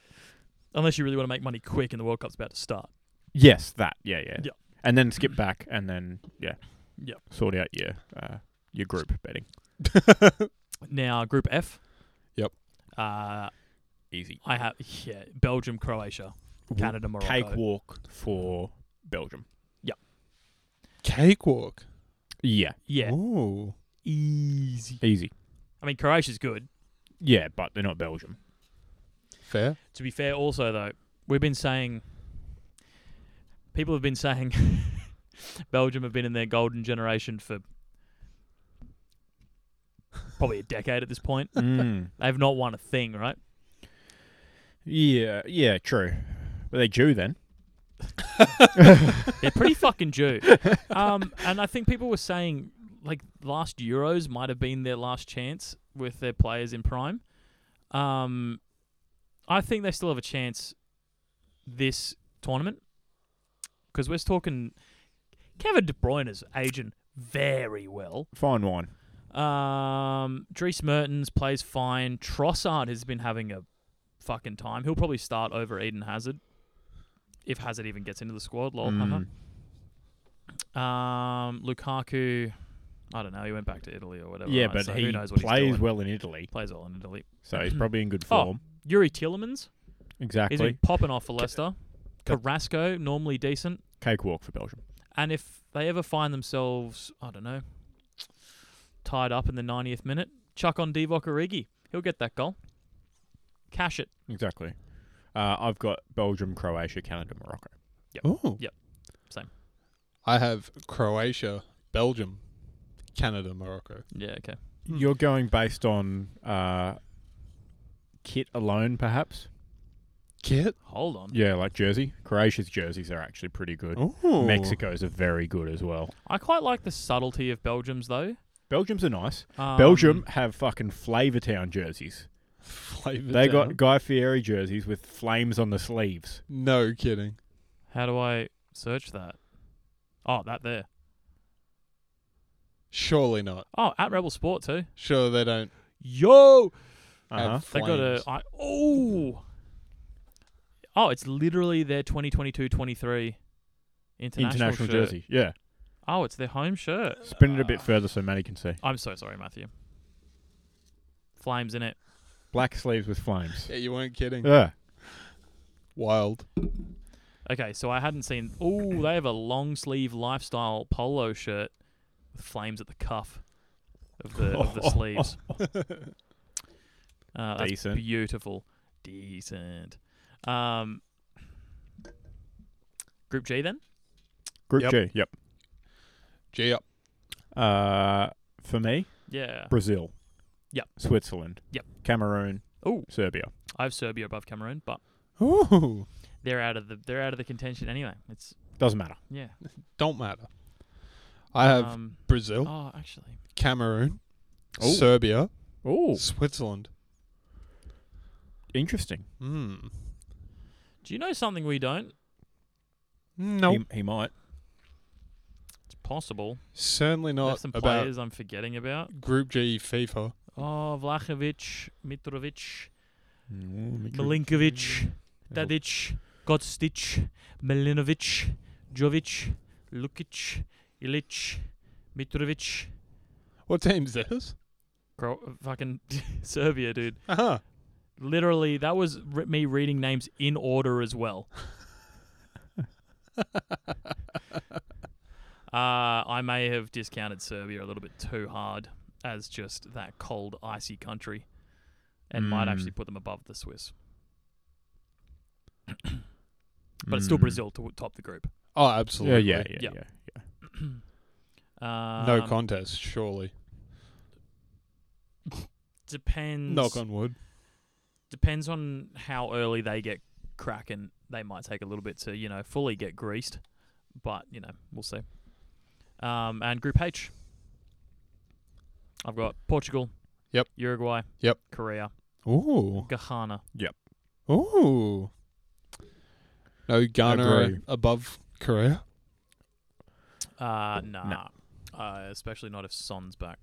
[SPEAKER 2] Unless you really want to make money quick and the World Cup's about to start.
[SPEAKER 1] Yes, that. Yeah, yeah.
[SPEAKER 2] Yeah.
[SPEAKER 1] And then skip back and then yeah.
[SPEAKER 2] Yeah.
[SPEAKER 1] Sort out your uh, your group betting.
[SPEAKER 2] Now, Group F.
[SPEAKER 3] Yep.
[SPEAKER 2] Uh,
[SPEAKER 1] Easy.
[SPEAKER 2] I have yeah, Belgium, Croatia, Canada, Morocco.
[SPEAKER 1] Cakewalk for Belgium.
[SPEAKER 3] Cakewalk.
[SPEAKER 1] Yeah.
[SPEAKER 2] Yeah,
[SPEAKER 3] Ooh.
[SPEAKER 2] easy.
[SPEAKER 1] Easy.
[SPEAKER 2] I mean, Croatia's good.
[SPEAKER 1] Yeah, but they're not Belgium.
[SPEAKER 3] Fair.
[SPEAKER 2] To be fair, also though, we've been saying people have been saying Belgium have been in their golden generation for probably a decade at this point.
[SPEAKER 1] Mm.
[SPEAKER 2] They've not won a thing, right?
[SPEAKER 1] Yeah, yeah, true. But they Jew then.
[SPEAKER 2] They're pretty fucking due. Um, and I think people were saying like last Euros might have been their last chance with their players in prime. Um, I think they still have a chance this tournament because we're talking Kevin De Bruyne's aging very well.
[SPEAKER 1] Fine wine.
[SPEAKER 2] Um, Dries Mertens plays fine. Trossard has been having a fucking time. He'll probably start over Eden Hazard if Hazard even gets into the squad. Lol. haha.
[SPEAKER 1] Mm.
[SPEAKER 2] Um, Lukaku, I don't know. He went back to Italy or whatever.
[SPEAKER 1] Yeah,
[SPEAKER 2] right?
[SPEAKER 1] but
[SPEAKER 2] So
[SPEAKER 1] he
[SPEAKER 2] who knows what he's
[SPEAKER 1] plays
[SPEAKER 2] doing.
[SPEAKER 1] well in Italy,
[SPEAKER 2] Plays well in Italy.
[SPEAKER 1] so he's probably in good
[SPEAKER 2] Oh,
[SPEAKER 1] form.
[SPEAKER 2] Yuri Tillemans, he's
[SPEAKER 1] exactly.
[SPEAKER 2] been popping off for Leicester. Carrasco, normally decent.
[SPEAKER 1] Cakewalk for Belgium.
[SPEAKER 2] And if they ever find themselves, I don't know, tied up in the 90th minute, chuck on Divock Origi. He'll get that goal. Cash it.
[SPEAKER 1] Exactly. Uh, I've got Belgium, Croatia, Canada, Morocco.
[SPEAKER 3] Ooh.
[SPEAKER 2] Yep. Same.
[SPEAKER 3] I have Croatia, Belgium, Canada, Morocco.
[SPEAKER 2] Yeah, okay.
[SPEAKER 3] Hmm.
[SPEAKER 1] You're going based on uh, kit alone, perhaps?
[SPEAKER 3] Kit.
[SPEAKER 2] Hold on.
[SPEAKER 1] Yeah, like jersey. Croatia's jerseys are actually pretty good.
[SPEAKER 3] Ooh.
[SPEAKER 1] Mexico's are very good as well.
[SPEAKER 2] I quite like the subtlety of Belgium's, though.
[SPEAKER 1] Belgium's are nice.
[SPEAKER 2] Um,
[SPEAKER 1] Belgium have fucking Flavortown jerseys.
[SPEAKER 3] Flavor
[SPEAKER 1] They
[SPEAKER 3] Town.
[SPEAKER 1] got Guy Fieri jerseys with flames on the sleeves.
[SPEAKER 3] no kidding.
[SPEAKER 2] How do I search that? Oh, that there.
[SPEAKER 3] Surely not.
[SPEAKER 2] Oh, at Rebel Sport too.
[SPEAKER 3] Sure they don't.
[SPEAKER 2] Yo,
[SPEAKER 1] Uh-huh.
[SPEAKER 3] Have
[SPEAKER 2] they got a.
[SPEAKER 3] flames.
[SPEAKER 2] I, oh, oh, it's literally their 2022-23 international,
[SPEAKER 1] International
[SPEAKER 2] shirt. Ah.
[SPEAKER 1] jersey. Yeah.
[SPEAKER 2] Oh, it's their home shirt.
[SPEAKER 1] Spin it a bit further so Maddie can see.
[SPEAKER 2] I'm so sorry, Matthew. Flames in it.
[SPEAKER 1] Black sleeves with flames.
[SPEAKER 3] Yeah, you weren't kidding.
[SPEAKER 1] Yeah.
[SPEAKER 3] Wild.
[SPEAKER 2] Okay, so I hadn't seen. Oh, they have a long sleeve lifestyle polo shirt with flames at the cuff of the of the sleeves. Uh, that's
[SPEAKER 1] Decent.
[SPEAKER 2] beautiful, decent. Um, group G then.
[SPEAKER 1] Group
[SPEAKER 3] Yep.
[SPEAKER 1] G. Yep.
[SPEAKER 3] Gee up.
[SPEAKER 1] Uh, for me,
[SPEAKER 2] Yeah.
[SPEAKER 1] Brazil.
[SPEAKER 2] Yep.
[SPEAKER 1] Switzerland.
[SPEAKER 2] Yep.
[SPEAKER 1] Cameroon.
[SPEAKER 2] Oh,
[SPEAKER 1] Serbia.
[SPEAKER 2] I have Serbia above Cameroon, but
[SPEAKER 3] Ooh.
[SPEAKER 2] they're out of the they're out of the contention anyway. It's
[SPEAKER 1] Doesn't matter.
[SPEAKER 2] yeah.
[SPEAKER 3] Don't matter. I have
[SPEAKER 2] um,
[SPEAKER 3] Brazil,
[SPEAKER 2] oh, actually,
[SPEAKER 3] Cameroon,
[SPEAKER 1] Ooh.
[SPEAKER 3] Serbia,
[SPEAKER 1] Oh,
[SPEAKER 3] Switzerland.
[SPEAKER 1] interesting.
[SPEAKER 3] Hmm.
[SPEAKER 2] do you know something we don't?
[SPEAKER 3] No.
[SPEAKER 1] He, he might.
[SPEAKER 2] It's possible.
[SPEAKER 3] Certainly
[SPEAKER 2] There's
[SPEAKER 3] not
[SPEAKER 2] some
[SPEAKER 3] about
[SPEAKER 2] players I'm forgetting about.
[SPEAKER 3] Group G FIFA.
[SPEAKER 2] Oh, Vlahovic, Mitrovic,
[SPEAKER 1] Malink.
[SPEAKER 2] Milinkovic,
[SPEAKER 1] Oh.
[SPEAKER 2] Tadic, Godstich, Milinovic, Jovic, Lukic, Ilic, Mitrovic.
[SPEAKER 3] What team's this?
[SPEAKER 2] Gro- fucking Serbia, dude.
[SPEAKER 3] Uh-huh.
[SPEAKER 2] Literally, that was re- me reading names in order as well. uh, I may have discounted Serbia a little bit too hard as just that cold, icy country and might
[SPEAKER 1] Mm.
[SPEAKER 2] actually put them above the Swiss. But it's
[SPEAKER 1] Hmm.
[SPEAKER 2] still Brazil to top the group.
[SPEAKER 3] Oh,
[SPEAKER 1] Mm. Yeah,
[SPEAKER 3] absolutely.
[SPEAKER 1] yeah, yeah, yeah.
[SPEAKER 2] Yep. Um,
[SPEAKER 3] No contest, surely.
[SPEAKER 2] Depends.
[SPEAKER 3] Knock on wood.
[SPEAKER 2] depends on how early they get cracking. They might take a little bit to you know fully get greased, but you know we'll see. Um, and Group H, I've got Portugal.
[SPEAKER 3] Yep.
[SPEAKER 2] Uruguay.
[SPEAKER 3] Yep.
[SPEAKER 2] Korea.
[SPEAKER 3] Ooh.
[SPEAKER 2] Ghana.
[SPEAKER 3] Ooh. No Ghana
[SPEAKER 1] Agree.
[SPEAKER 3] above Korea.
[SPEAKER 2] Uh, nah. Uh, especially not if Son's back.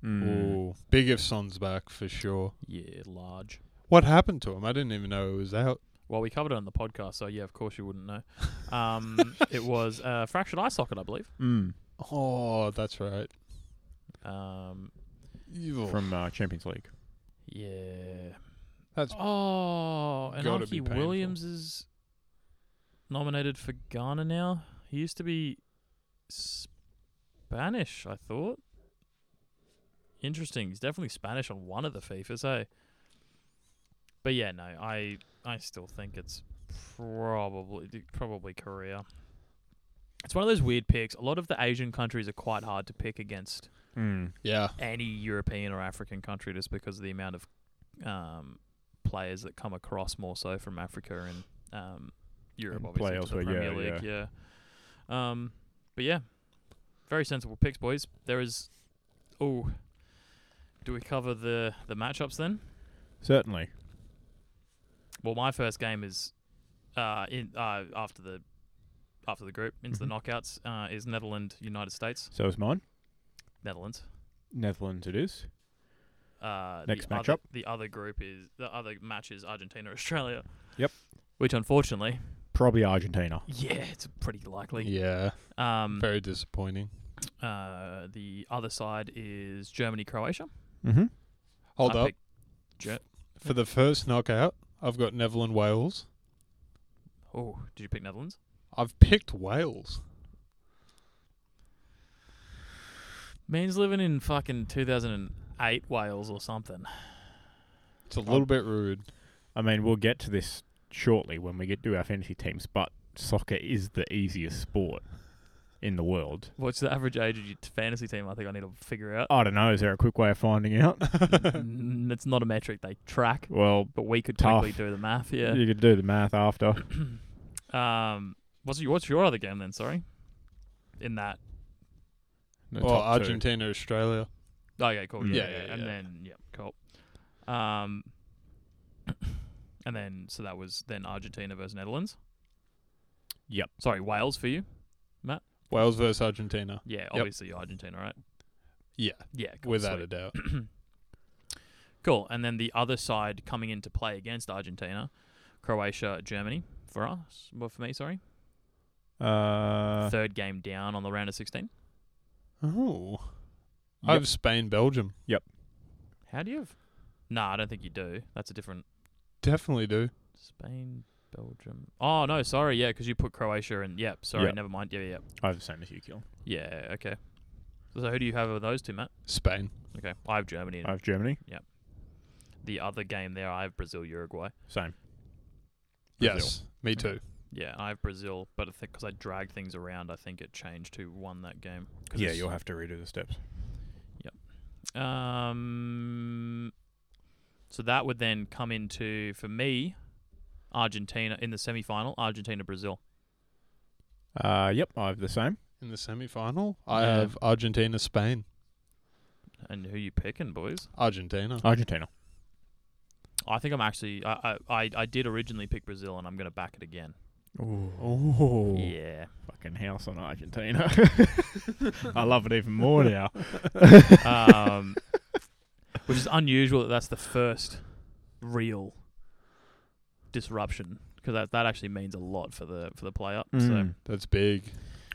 [SPEAKER 2] Hmm.
[SPEAKER 1] Mm.
[SPEAKER 3] Ooh. Big if Son's back for sure.
[SPEAKER 2] Yeah, large.
[SPEAKER 3] What happened to him? I didn't even know it was out.
[SPEAKER 2] Well, we covered it on the podcast, so yeah, of course you wouldn't know. Um, it was uh, fractured eye socket, I believe.
[SPEAKER 1] Mm.
[SPEAKER 3] Oh, that's right.
[SPEAKER 2] Um,
[SPEAKER 3] Ew.
[SPEAKER 1] From uh, Champions League.
[SPEAKER 2] yeah.
[SPEAKER 3] That's
[SPEAKER 2] Oh, and
[SPEAKER 3] gotta
[SPEAKER 2] Archie
[SPEAKER 3] be painful.
[SPEAKER 2] Williams is nominated for Ghana now. He used to be Spanish, I thought. Interesting. He's definitely Spanish on one of the FIFAs, eh? But yeah, no, I I still think it's probably probably Korea. It's one of those weird picks. A lot of the Asian countries are quite hard to pick against
[SPEAKER 1] Mm.
[SPEAKER 3] yeah.
[SPEAKER 2] any European or African country just because of the amount of um, players that come across more so from Africa and um, Europe,
[SPEAKER 1] And
[SPEAKER 2] obviously,
[SPEAKER 1] play
[SPEAKER 2] to
[SPEAKER 1] elsewhere,
[SPEAKER 2] the Premier
[SPEAKER 1] yeah,
[SPEAKER 2] League. Yeah. Um, but yeah, very sensible picks, boys. There is. Oh, do we cover the the matchups then?
[SPEAKER 1] Certainly.
[SPEAKER 2] Well, my first game is uh, in uh, after the after the group into the
[SPEAKER 1] Mm-hmm.
[SPEAKER 2] knockouts uh, is Netherlands United States
[SPEAKER 1] So is mine.
[SPEAKER 2] Netherlands.
[SPEAKER 1] Netherlands it is.
[SPEAKER 2] Uh,
[SPEAKER 1] Next
[SPEAKER 2] the other-
[SPEAKER 1] matchup.
[SPEAKER 2] the other group is the other match is Argentina Australia.
[SPEAKER 1] Yep.
[SPEAKER 2] Which unfortunately,
[SPEAKER 1] Probably Argentina.
[SPEAKER 2] yeah, it's pretty likely.
[SPEAKER 3] Yeah.
[SPEAKER 2] Um,
[SPEAKER 3] Very disappointing.
[SPEAKER 2] uh, the other side is Germany Croatia.
[SPEAKER 1] Mm-hmm.
[SPEAKER 3] Hold
[SPEAKER 2] I
[SPEAKER 3] up.
[SPEAKER 2] pick- Ger-
[SPEAKER 3] For the first knockout, I've got Netherlands Wales.
[SPEAKER 2] oh, did you pick Netherlands?
[SPEAKER 3] I've picked Wales.
[SPEAKER 2] Man's living in fucking 2008 Wales or something.
[SPEAKER 3] It's a little bit rude.
[SPEAKER 1] I mean, we'll get to this shortly when we get to our fantasy teams, but soccer is the easiest sport in the world.
[SPEAKER 2] What's the average age of your t- fantasy team? I think I need to figure out.
[SPEAKER 1] I don't know. Is there a quick way of finding out?
[SPEAKER 2] N- it's not a metric they track,
[SPEAKER 1] well,
[SPEAKER 2] but we could
[SPEAKER 1] Tough.
[SPEAKER 2] quickly do the math. Yeah.
[SPEAKER 1] you could do the math after.
[SPEAKER 2] Um, what's your, what's your other game then? Sorry. In that
[SPEAKER 1] The
[SPEAKER 3] Well,
[SPEAKER 1] top two.
[SPEAKER 3] Argentina, Australia.
[SPEAKER 2] Okay, cool. Oh, Yeah,
[SPEAKER 1] Yeah,
[SPEAKER 2] yeah,
[SPEAKER 3] yeah,
[SPEAKER 2] and
[SPEAKER 3] yeah.
[SPEAKER 2] then yeah, cool. Um, and then so that was then Argentina versus Netherlands.
[SPEAKER 1] Yep.
[SPEAKER 2] Sorry, Wales for you.
[SPEAKER 3] Wales versus Argentina.
[SPEAKER 2] Yeah, obviously Argentina, right?
[SPEAKER 3] Yeah,
[SPEAKER 2] Yeah, cool,
[SPEAKER 3] without
[SPEAKER 2] sweet.
[SPEAKER 3] a doubt.
[SPEAKER 2] Cool. And then the other side coming into play against Argentina, Croatia, Germany for us, well, for me, sorry.
[SPEAKER 1] Uh,
[SPEAKER 2] Third game down on the round of 16.
[SPEAKER 3] Oh,
[SPEAKER 1] Yep.
[SPEAKER 3] I have Spain, Belgium.
[SPEAKER 2] How do you have? Nah, I don't think you do. That's a different
[SPEAKER 3] Definitely do.
[SPEAKER 2] Spain, Belgium. Oh no, sorry. Yeah, because you put Croatia and yep. Sorry,
[SPEAKER 1] Yep.
[SPEAKER 2] never mind. Yeah, yeah,
[SPEAKER 1] I have the same as you, Kill.
[SPEAKER 2] yeah. Yeah, Okay. So who do you have of those two, Matt?
[SPEAKER 3] Spain.
[SPEAKER 2] Okay, I have Germany.
[SPEAKER 1] I have Germany.
[SPEAKER 2] the other game there, I have Brazil, Uruguay.
[SPEAKER 1] Same.
[SPEAKER 3] Yes, me too.
[SPEAKER 2] Yeah, I have Brazil, but I think because I dragged things around, I think it changed to won that game. 'Cause
[SPEAKER 1] Yeah,
[SPEAKER 2] it's-
[SPEAKER 1] you'll have to redo the steps.
[SPEAKER 2] Um, so that would then come into for me, Argentina in the semi-final, Argentina Brazil.
[SPEAKER 1] Uh, yep, I have the same.
[SPEAKER 3] In the semi-final, I
[SPEAKER 2] Yeah.
[SPEAKER 3] have Argentina, Spain,
[SPEAKER 2] And who you picking, boys?
[SPEAKER 3] Argentina.
[SPEAKER 1] Argentina.
[SPEAKER 2] I think I'm actually I I, I, I did originally pick Brazil, and I'm going to back it again.
[SPEAKER 1] Ooh.
[SPEAKER 2] Yeah,
[SPEAKER 1] Fucking house on Argentina. I love it even more
[SPEAKER 2] Mm.
[SPEAKER 1] now.
[SPEAKER 2] um, which is unusual that that's the first real disruption because that that actually means a lot for the for the play up. So.
[SPEAKER 1] Mm.
[SPEAKER 3] That's big.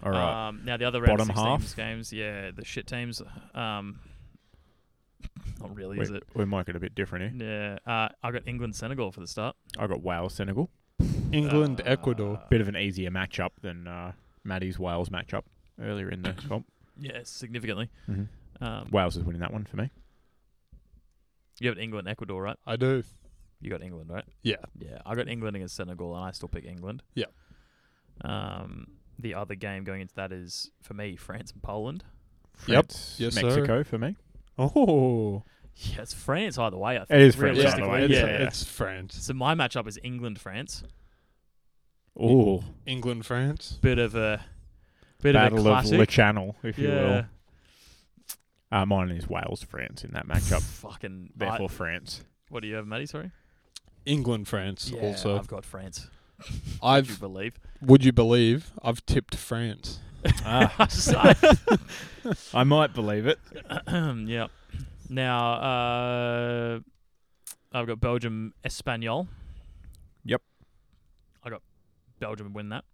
[SPEAKER 1] All right.
[SPEAKER 2] Um, now the other round of 16
[SPEAKER 1] Bottom half?
[SPEAKER 2] games, yeah, the shit teams. Um, not really,
[SPEAKER 1] we,
[SPEAKER 2] is it?
[SPEAKER 1] we might get a bit different here.
[SPEAKER 2] Yeah, uh, I got England Senegal for the start.
[SPEAKER 1] I got Wales, Senegal.
[SPEAKER 3] England,
[SPEAKER 2] Uh,
[SPEAKER 3] Ecuador.
[SPEAKER 1] Bit of an easier matchup than uh, Maddie's Wales matchup earlier in the comp.
[SPEAKER 2] Yeah, significantly.
[SPEAKER 1] Mhm.
[SPEAKER 2] Um,
[SPEAKER 1] Wales is winning that one for me.
[SPEAKER 2] you have England, Ecuador, right?
[SPEAKER 3] I do.
[SPEAKER 2] You got England, right?
[SPEAKER 3] Yeah.
[SPEAKER 2] Yeah, I got England against Senegal, and I still pick England.
[SPEAKER 3] Yeah.
[SPEAKER 2] Um, the other game going into that is for me France and Poland.
[SPEAKER 3] Yep.
[SPEAKER 1] France,
[SPEAKER 3] Yes, sir.
[SPEAKER 1] Mexico for me.
[SPEAKER 3] Oh,
[SPEAKER 2] Yeah, it's France either way. I think.
[SPEAKER 1] It is France
[SPEAKER 3] yeah.
[SPEAKER 1] either way.
[SPEAKER 2] Realistically,
[SPEAKER 3] It's,
[SPEAKER 2] yeah.
[SPEAKER 3] it's France.
[SPEAKER 2] So my matchup is England France.
[SPEAKER 1] Ooh,
[SPEAKER 3] England, France.
[SPEAKER 2] Bit of a bit of
[SPEAKER 1] battle
[SPEAKER 2] a
[SPEAKER 1] of
[SPEAKER 2] classic.
[SPEAKER 1] the channel, if you
[SPEAKER 2] yeah.
[SPEAKER 1] will. Uh, mine is Wales, France in that matchup.
[SPEAKER 2] Fucking. I-
[SPEAKER 1] Therefore, France.
[SPEAKER 2] what do you have, Matty? Sorry.
[SPEAKER 3] England, France. also,
[SPEAKER 2] I've got France.
[SPEAKER 3] I've.
[SPEAKER 2] Would you believe?
[SPEAKER 3] Would you believe I've tipped France?
[SPEAKER 1] Ah, I might believe it.
[SPEAKER 2] yeah. Now, uh, I've got Belgium, Espanol.
[SPEAKER 1] Yep.
[SPEAKER 2] I got Belgium win that.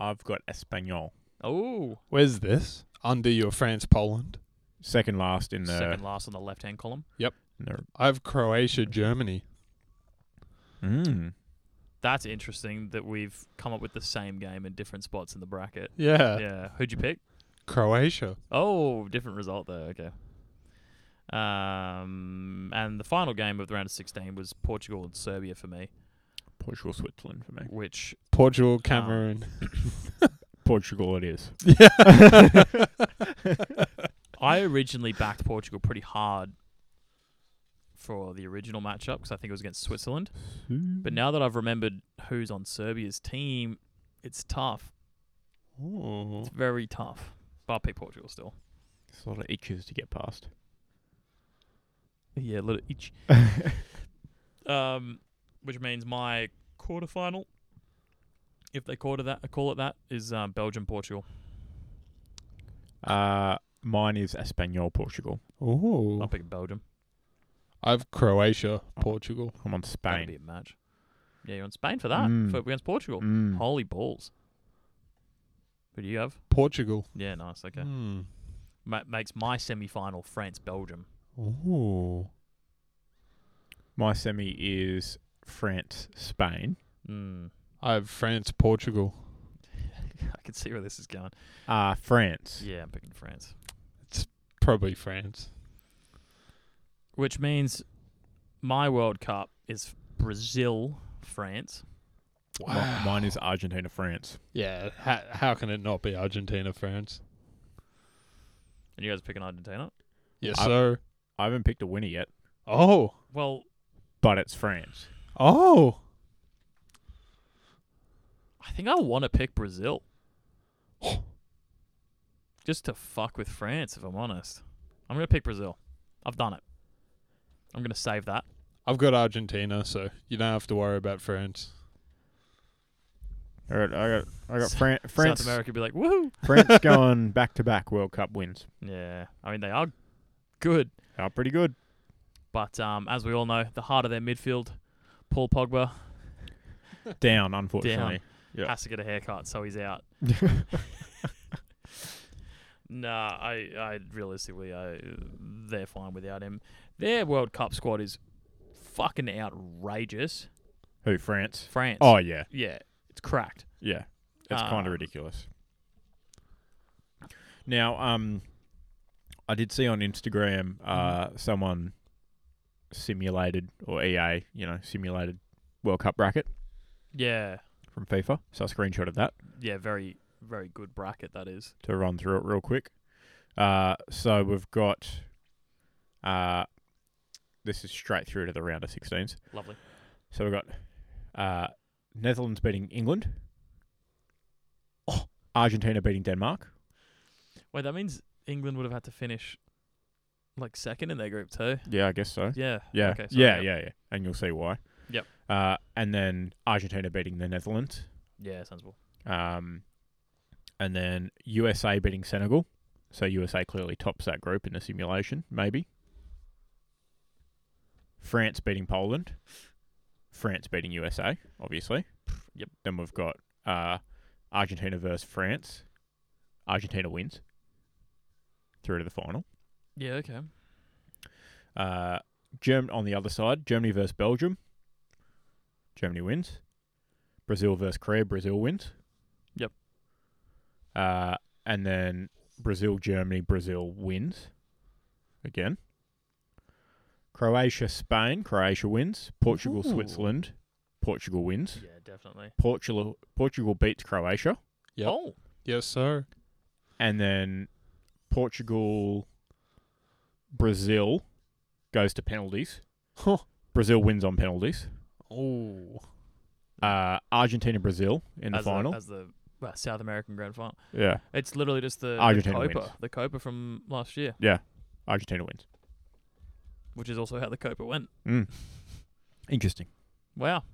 [SPEAKER 1] I've got Espanol
[SPEAKER 2] Oh,
[SPEAKER 3] Where's this? Under your France, Poland.
[SPEAKER 1] second last in the,
[SPEAKER 2] second last on the left-hand column.
[SPEAKER 1] in the
[SPEAKER 3] I have Croatia, Germany.
[SPEAKER 1] Mm.
[SPEAKER 2] That's interesting that we've come up with the same game in different spots in the bracket.
[SPEAKER 3] Yeah.
[SPEAKER 2] yeah. Who'd you pick?
[SPEAKER 3] Croatia.
[SPEAKER 2] Oh, different result there. Okay. Um, and the final game of the round of 16 was Portugal and Serbia for me,
[SPEAKER 1] Portugal, Switzerland for me.
[SPEAKER 2] which
[SPEAKER 3] Portugal, Cameroon.
[SPEAKER 1] Portugal, it is.
[SPEAKER 3] yeah.
[SPEAKER 2] I originally backed Portugal pretty hard for the original matchup because I think it was against Switzerland. But now that I've remembered who's on Serbia's team, it's tough.
[SPEAKER 3] Ooh.
[SPEAKER 2] It's very tough. But I'll pick Portugal still.
[SPEAKER 1] There's a lot of itches to get past.
[SPEAKER 2] Yeah, a little each. um, which means my quarterfinal, if they call it that, call it that, is um, Belgium Portugal.
[SPEAKER 1] Uh, mine is Espanol, Portugal.
[SPEAKER 3] Ooh.
[SPEAKER 2] I'm picking Belgium.
[SPEAKER 3] I have Croatia, Portugal.
[SPEAKER 1] I'm on
[SPEAKER 2] That'd be
[SPEAKER 1] Spain.
[SPEAKER 2] a match. Yeah, you're on Spain for that
[SPEAKER 1] Mm.
[SPEAKER 2] for against Portugal.
[SPEAKER 1] Mm.
[SPEAKER 2] Holy balls! Who do you have? Mm.
[SPEAKER 3] Portugal.
[SPEAKER 2] Yeah, nice. Okay,
[SPEAKER 3] Hmm.
[SPEAKER 2] Ma- makes my semi-final France Belgium.
[SPEAKER 3] Ooh.
[SPEAKER 1] My semi is France, Spain.
[SPEAKER 2] Mm.
[SPEAKER 3] I have France, Portugal.
[SPEAKER 2] I can see where this is going.
[SPEAKER 1] Uh, France.
[SPEAKER 2] Yeah, I'm picking France,
[SPEAKER 3] Probably France.
[SPEAKER 2] which means my World Cup is Brazil France.
[SPEAKER 1] Mi- mine is Argentina, France.
[SPEAKER 3] Yeah. How, how can it not be Argentina, France?
[SPEAKER 2] And you guys are picking Argentina?
[SPEAKER 3] Yes,
[SPEAKER 1] I-
[SPEAKER 3] sir.
[SPEAKER 1] I haven't picked a winner yet,
[SPEAKER 3] Oh.
[SPEAKER 2] Well,
[SPEAKER 1] but it's France.
[SPEAKER 3] Oh.
[SPEAKER 2] I think I want to pick Brazil. Just to fuck with France, if I'm honest. I'm going to pick Brazil. I've done it. I'm going to save that.
[SPEAKER 3] I've got Argentina, so you don't have to worry about France.
[SPEAKER 1] All right, I got I got
[SPEAKER 2] S-
[SPEAKER 1] Fran- France
[SPEAKER 2] South America would be like, woohoo.
[SPEAKER 1] France going back to back World Cup wins.
[SPEAKER 2] Yeah. I mean, they are good.
[SPEAKER 1] Are pretty good.
[SPEAKER 2] But um, as we all know, the heart of their midfield, Paul Pogba,
[SPEAKER 1] Down, unfortunately. Yeah.
[SPEAKER 2] has to get a haircut, so he's out. Nah, I, I realistically, I, they're fine without him. Their World Cup squad is fucking outrageous.
[SPEAKER 1] Who France?
[SPEAKER 2] France.
[SPEAKER 1] Oh yeah,
[SPEAKER 2] yeah, it's cracked.
[SPEAKER 1] yeah. It's
[SPEAKER 2] Uh,
[SPEAKER 1] kind of ridiculous. Now, um, I did see on Instagram, uh, someone simulated or EA, you know, simulated World Cup bracket
[SPEAKER 2] Yeah,
[SPEAKER 1] from FIFA. So I screenshotted that.
[SPEAKER 2] yeah, very, very good bracket that is.
[SPEAKER 1] to run through it real quick. Uh, so we've got uh, this is straight through to the round of 16s.
[SPEAKER 2] Lovely.
[SPEAKER 1] So we've got uh, Netherlands beating England, Oh, Argentina beating Denmark.
[SPEAKER 2] Wait, that means England would have had to finish like second in their group too.
[SPEAKER 1] Yeah, I guess so.
[SPEAKER 2] Yeah.
[SPEAKER 1] Yeah,
[SPEAKER 2] Okay, so,
[SPEAKER 1] yeah,
[SPEAKER 2] yep.
[SPEAKER 1] yeah, yeah. And you'll see why.
[SPEAKER 2] Yep.
[SPEAKER 1] Uh, and then Argentina beating the Netherlands,
[SPEAKER 2] Yeah, sensible.
[SPEAKER 1] um, and then USA beating Senegal. So USA clearly tops that group in the simulation, maybe. France beating Poland. France beating USA, obviously.
[SPEAKER 2] Yep.
[SPEAKER 1] Then we've got uh, Argentina versus France. Argentina wins through to the final.
[SPEAKER 2] Yeah. Okay.
[SPEAKER 1] Uh, Germ- on the other side, Germany versus Belgium. Germany wins. Brazil versus Korea. Brazil wins.
[SPEAKER 2] Yep.
[SPEAKER 1] Uh, and then Brazil, Germany, Brazil wins. Again. Croatia, Spain. Croatia wins. Portugal,
[SPEAKER 2] Ooh.
[SPEAKER 1] Switzerland. Portugal wins.
[SPEAKER 2] Yeah, definitely.
[SPEAKER 1] Portugal, Portugal beats Croatia.
[SPEAKER 3] Yep.
[SPEAKER 2] Oh,
[SPEAKER 3] Yes, sir.
[SPEAKER 1] And then Portugal, Brazil goes to penalties.
[SPEAKER 3] Huh.
[SPEAKER 1] Brazil wins on penalties.
[SPEAKER 3] Oh.
[SPEAKER 1] uh, Argentina Brazil in the
[SPEAKER 2] as
[SPEAKER 1] final.
[SPEAKER 2] the, as the well, South American grand final.
[SPEAKER 1] yeah,
[SPEAKER 2] It's literally just the, the
[SPEAKER 1] Argentina
[SPEAKER 2] Copa,
[SPEAKER 1] wins.
[SPEAKER 2] the Copa from last year,
[SPEAKER 1] Argentina wins.
[SPEAKER 2] which is also how the Copa went.
[SPEAKER 1] Mm. Interesting.
[SPEAKER 2] Wow.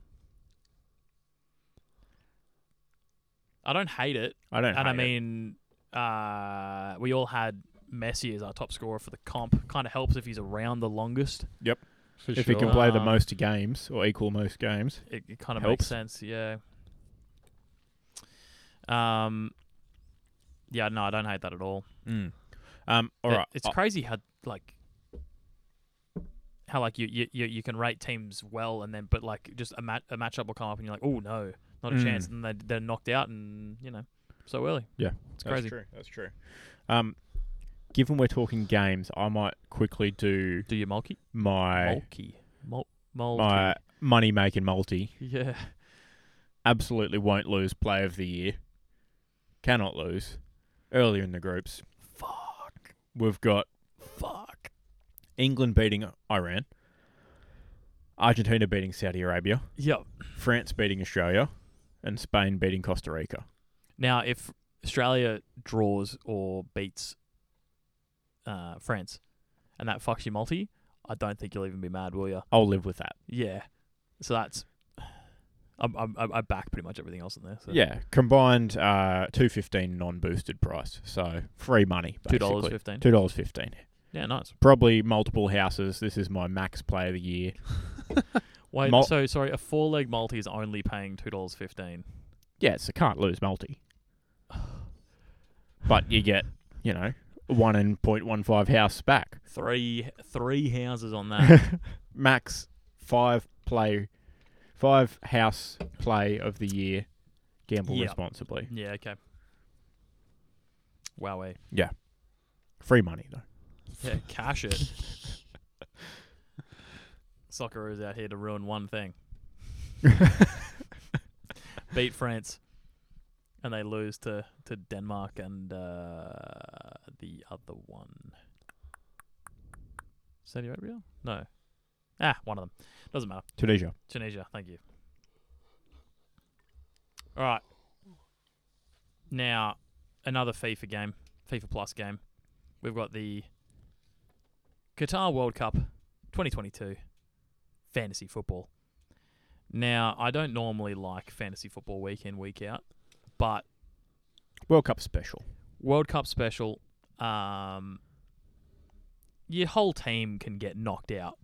[SPEAKER 2] I don't hate it,
[SPEAKER 1] I don't.
[SPEAKER 2] and I
[SPEAKER 1] hate it.
[SPEAKER 2] mean, uh, we all had Messi as our top scorer for the comp. Kind of helps if he's around the longest.
[SPEAKER 3] For sure.
[SPEAKER 1] if he can play the
[SPEAKER 2] Um,
[SPEAKER 1] most games or equal most games,
[SPEAKER 2] It, it kind of
[SPEAKER 1] Helps.
[SPEAKER 2] makes sense, yeah. Um, yeah, no, I don't hate that at all.
[SPEAKER 1] um, all
[SPEAKER 2] It-
[SPEAKER 1] right.
[SPEAKER 2] Hmm. it's crazy how like how like you you, you you can rate teams well and then but like just a, mat- a matchup will come up and you're like oh no not a chance
[SPEAKER 1] Mm.
[SPEAKER 2] and they they're knocked out and you know so early
[SPEAKER 1] Yeah,
[SPEAKER 2] it's crazy
[SPEAKER 1] true. That's true. Um, given we're talking games, I might quickly do
[SPEAKER 2] do you mulky
[SPEAKER 1] my
[SPEAKER 2] mulky Mul- mulky
[SPEAKER 1] my money making multi.
[SPEAKER 2] yeah
[SPEAKER 1] Absolutely won't lose. Play of the year. Cannot lose. Earlier in the groups,
[SPEAKER 2] fuck
[SPEAKER 1] we've got
[SPEAKER 2] fuck
[SPEAKER 1] England beating Iran, Argentina beating Saudi Arabia,
[SPEAKER 2] yep
[SPEAKER 1] France beating Australia, and Spain beating Costa Rica.
[SPEAKER 2] now if Australia draws or beats uh, France and that fucks your multi I don't think you'll even be mad will you
[SPEAKER 1] I'll live with that.
[SPEAKER 2] Yeah. So that's. I'm, I'm, I'm- I back pretty much everything else in there. So.
[SPEAKER 1] Yeah, combined uh, two fifteen non boosted price, so free money.
[SPEAKER 2] Two dollars
[SPEAKER 1] basically.
[SPEAKER 2] fifteen.
[SPEAKER 1] Two dollars fifteen.
[SPEAKER 2] Yeah, nice.
[SPEAKER 1] Probably multiple houses. This is my max play of the year.
[SPEAKER 2] Wait,
[SPEAKER 1] Mul-
[SPEAKER 2] so sorry, a four leg multi is only paying two dollars fifteen.
[SPEAKER 1] Yeah, it's a can't lose multi, but you get you know one and point one five house back.
[SPEAKER 2] Three three houses on that.
[SPEAKER 1] max five play, five house play of the year. Gamble
[SPEAKER 2] Yeah.
[SPEAKER 1] responsibly.
[SPEAKER 2] yeah. Okay. Wow.
[SPEAKER 1] Free money though.
[SPEAKER 2] Yeah. Cash it. Soccer is out here to ruin one thing. Beat France, and they lose to to Denmark and uh, the other one. Saudi Arabia? No. Ah, one of them. Doesn't matter.
[SPEAKER 1] Tunisia.
[SPEAKER 2] Tunisia. Thank you. All right. Now, another FIFA game, FIFA Plus game. We've got the Qatar World Cup 2022 fantasy football. Now, I don't normally like fantasy football week in, week out, but
[SPEAKER 1] World Cup special.
[SPEAKER 2] World Cup special, um, your whole team can get knocked out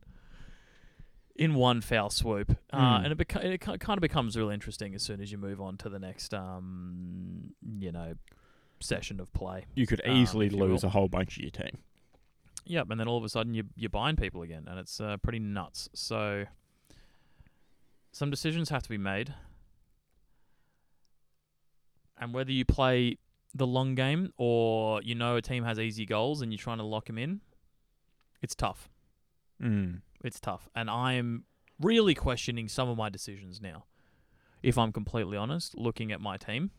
[SPEAKER 2] in one foul swoop, uh,
[SPEAKER 1] Mm.
[SPEAKER 2] and it, beco- it ki- kind of becomes real interesting as soon as you move on to the next, um, you know, session of play.
[SPEAKER 1] You could
[SPEAKER 2] Um,
[SPEAKER 1] easily
[SPEAKER 2] if you
[SPEAKER 1] lose
[SPEAKER 2] will.
[SPEAKER 1] a whole bunch of your team.
[SPEAKER 2] Yep, and then all of a sudden you you're buying people again, and it's uh, pretty nuts. So some decisions have to be made, and whether you play the long game or you know a team has easy goals and you're trying to lock them in, it's tough.
[SPEAKER 1] Mm.
[SPEAKER 2] It's tough, and I'm really questioning some of my decisions now. If I'm completely honest, looking at my team.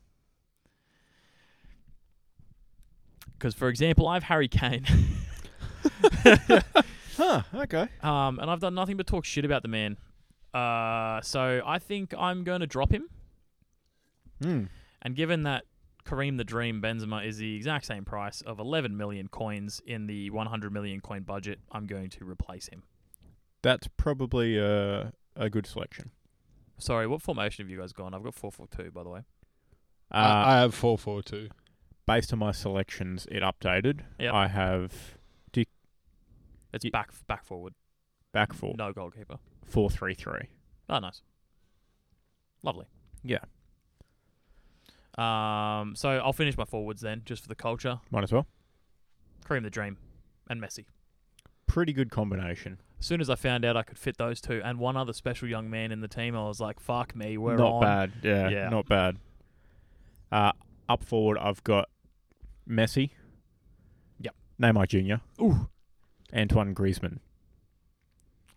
[SPEAKER 2] Because, for example, I have Harry Kane.
[SPEAKER 1] Huh. Okay.
[SPEAKER 2] Um, and I've done nothing but talk shit about the man. Uh, so I think I'm going to drop him.
[SPEAKER 1] Mm.
[SPEAKER 2] And given that Kareem the Dream Benzema is the exact same price of 11 million coins in the 100 million coin budget, I'm going to replace him.
[SPEAKER 1] That's probably uh, a good selection.
[SPEAKER 2] Sorry, what formation have you guys gone? I've got 442, by the way.
[SPEAKER 1] Uh,
[SPEAKER 3] I, I have four four two.
[SPEAKER 1] based on my selections, it updated.
[SPEAKER 2] Yep.
[SPEAKER 1] I have
[SPEAKER 2] It's
[SPEAKER 1] Ye-
[SPEAKER 2] back back forward,
[SPEAKER 1] back four,
[SPEAKER 2] no goalkeeper.
[SPEAKER 1] four three three.
[SPEAKER 2] Oh, nice. Lovely.
[SPEAKER 1] Yeah.
[SPEAKER 2] Um, so I'll finish my forwards then, just for the culture.
[SPEAKER 1] Might as well.
[SPEAKER 2] Kareem the Dream and Messi.
[SPEAKER 1] Pretty good combination.
[SPEAKER 2] As soon as I found out I could fit those two and one other special young man in the team, I was like, "Fuck me, we're
[SPEAKER 1] not
[SPEAKER 2] on."
[SPEAKER 1] bad. Yeah,
[SPEAKER 2] Yeah.
[SPEAKER 1] Not bad. Uh, up forward, I've got Messi.
[SPEAKER 2] Yep.
[SPEAKER 1] Neymar Jr.
[SPEAKER 2] Ooh.
[SPEAKER 1] Antoine Griezmann.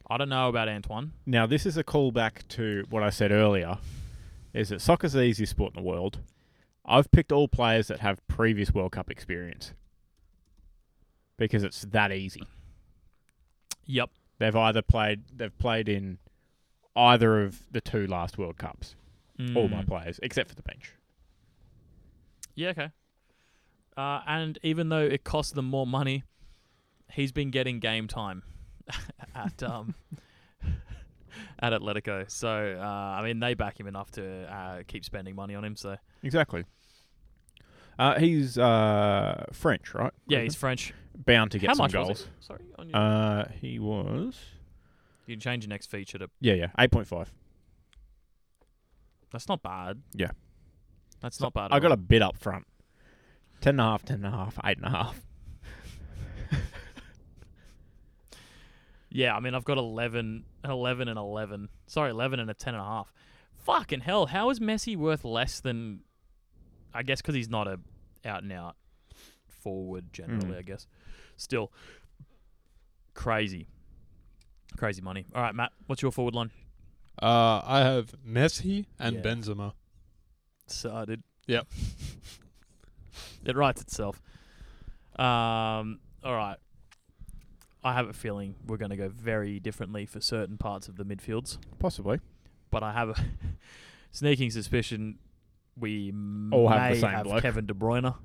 [SPEAKER 2] I don't know about Antoine.
[SPEAKER 1] Now, this is a callback to what I said earlier, is that soccer's the easiest sport in the world. I've picked all players that have previous World Cup experience because it's that easy.
[SPEAKER 2] Yep,
[SPEAKER 1] They've either played they've played in either of the two last World Cups. All my
[SPEAKER 2] Mm.
[SPEAKER 1] players, except for the bench.
[SPEAKER 2] Yeah, okay. Uh, and even though it costs them more money, he's been getting game time at um at Atletico. So uh, I mean, they back him enough to uh, keep spending money on him. So
[SPEAKER 1] Exactly. Uh, he's uh, French, right?
[SPEAKER 2] yeah, he's French.
[SPEAKER 1] bound to get
[SPEAKER 2] How
[SPEAKER 1] some
[SPEAKER 2] much
[SPEAKER 1] goals.
[SPEAKER 2] was it? Sorry, on your,
[SPEAKER 1] Uh, he was
[SPEAKER 2] you can change your next feature to.
[SPEAKER 1] yeah, yeah, eight point five.
[SPEAKER 2] That's not bad.
[SPEAKER 1] Yeah.
[SPEAKER 2] that's not bad.
[SPEAKER 1] I
[SPEAKER 2] at
[SPEAKER 1] got
[SPEAKER 2] all.
[SPEAKER 1] a bid up front. Ten and a half, ten and a half, eight and a half.
[SPEAKER 2] Yeah, I mean, I've got 11, 11 and 11. Sorry, 11 and a 10 and a half. Fucking hell, how is Messi worth less than. I guess because he's not a out and out forward generally,
[SPEAKER 1] Mm.
[SPEAKER 2] I guess. Still, crazy. Crazy money. All right, Matt, what's your forward line?
[SPEAKER 3] Uh, I have Messi and
[SPEAKER 2] Yeah.
[SPEAKER 3] Benzema.
[SPEAKER 2] So did.
[SPEAKER 3] Yep.
[SPEAKER 2] it writes itself. Um, all right. I have a feeling we're going to go very differently for certain parts of the midfields.
[SPEAKER 1] Possibly.
[SPEAKER 2] but I have a sneaking suspicion we
[SPEAKER 1] All
[SPEAKER 2] may
[SPEAKER 1] have the same
[SPEAKER 2] have
[SPEAKER 1] bloke.
[SPEAKER 2] Kevin De Bruyne.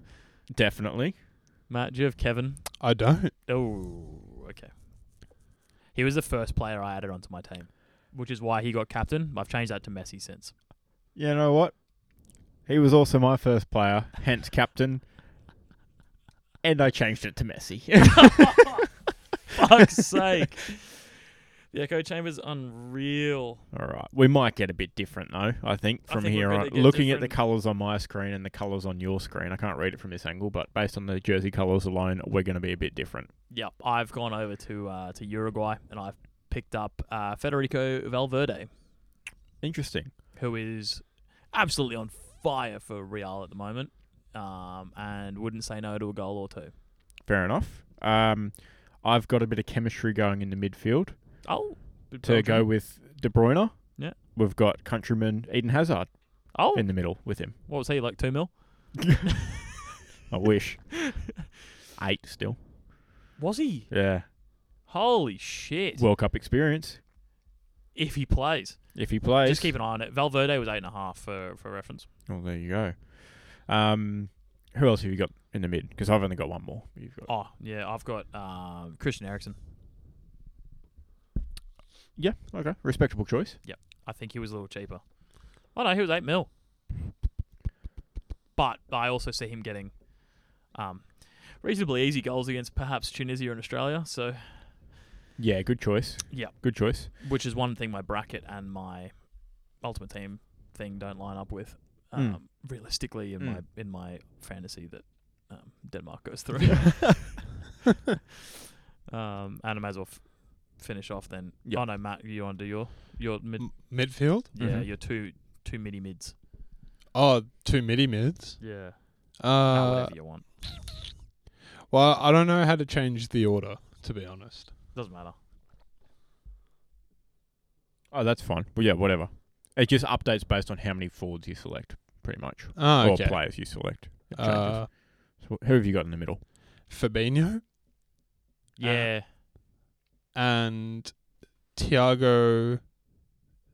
[SPEAKER 1] Definitely.
[SPEAKER 2] Matt, do you have Kevin?
[SPEAKER 3] I don't.
[SPEAKER 2] Oh, okay. He was the first player I added onto my team, which is why he got captain. I've changed that to Messi since.
[SPEAKER 1] You know what? He was also my first player, hence captain. And I changed it to Messi.
[SPEAKER 2] Fuck's sake. The echo chamber's unreal.
[SPEAKER 1] All right. We might get a bit different though, I think,
[SPEAKER 2] I
[SPEAKER 1] from
[SPEAKER 2] think we're
[SPEAKER 1] here
[SPEAKER 2] gonna
[SPEAKER 1] on.
[SPEAKER 2] get
[SPEAKER 1] Looking at the
[SPEAKER 2] different.
[SPEAKER 1] colours on my screen and the colours on your screen, I can't read it from this angle, but based on the jersey colours alone, we're gonna be a bit different.
[SPEAKER 2] Yep, I've gone over to uh, to Uruguay and I've picked up uh, Federico Valverde,
[SPEAKER 1] Interesting.
[SPEAKER 2] who is absolutely on fire for Real at the moment, um, and wouldn't say no to a goal or two.
[SPEAKER 1] Fair enough. Um, I've got a bit of chemistry going in the midfield
[SPEAKER 2] Oh,
[SPEAKER 1] to go with De Bruyne.
[SPEAKER 2] Yeah.
[SPEAKER 1] We've got countryman Eden Hazard
[SPEAKER 2] Oh,
[SPEAKER 1] in the middle with him.
[SPEAKER 2] what was he like? Two mil?
[SPEAKER 1] I wish. Eight still.
[SPEAKER 2] Was he?
[SPEAKER 1] Yeah.
[SPEAKER 2] Holy shit!
[SPEAKER 1] World Cup experience
[SPEAKER 2] if he plays,
[SPEAKER 1] if he plays.
[SPEAKER 2] just keep an eye on it. Valverde was eight and a half for for reference.
[SPEAKER 1] Oh, there you go. Um, who else have you got in the mid? Because I've only got one more. You've got.
[SPEAKER 2] Oh yeah, I've got um, Christian Eriksen.
[SPEAKER 1] Yeah, okay. Respectable choice.
[SPEAKER 2] I think he was a little cheaper. Oh no, he was eight mil. But I also see him getting um, reasonably easy goals against perhaps Tunisia and Australia. So,
[SPEAKER 1] Yeah, good choice.
[SPEAKER 2] Yeah.
[SPEAKER 1] Good choice.
[SPEAKER 2] which is one thing my bracket and my ultimate team thing don't line up with.
[SPEAKER 3] Hmm.
[SPEAKER 1] Mm.
[SPEAKER 2] Um, Realistically, in
[SPEAKER 1] Mm.
[SPEAKER 2] my in my fantasy that um, Denmark goes through, um, and I may as well f- finish off then.
[SPEAKER 1] Yeah.
[SPEAKER 2] Oh no, Matt, you want to do your your mid?
[SPEAKER 3] M- mm-hmm. midfield?
[SPEAKER 2] Yeah,
[SPEAKER 1] Mhm.
[SPEAKER 2] your two two mini mids.
[SPEAKER 3] Oh, two midi mids.
[SPEAKER 2] Yeah,
[SPEAKER 3] Uh,
[SPEAKER 2] whatever you want.
[SPEAKER 3] well, I don't know how to change the order, to be honest.
[SPEAKER 2] Doesn't matter. Uh,
[SPEAKER 1] Oh, that's fine. Well, yeah, whatever. It just updates based on how many forwards you select, pretty much,
[SPEAKER 3] Ah,
[SPEAKER 1] or
[SPEAKER 3] okay.
[SPEAKER 1] players you select. It changes.
[SPEAKER 3] Uh,
[SPEAKER 1] so who have you got in the middle?
[SPEAKER 3] Fabinho
[SPEAKER 2] Yeah,
[SPEAKER 3] and Thiago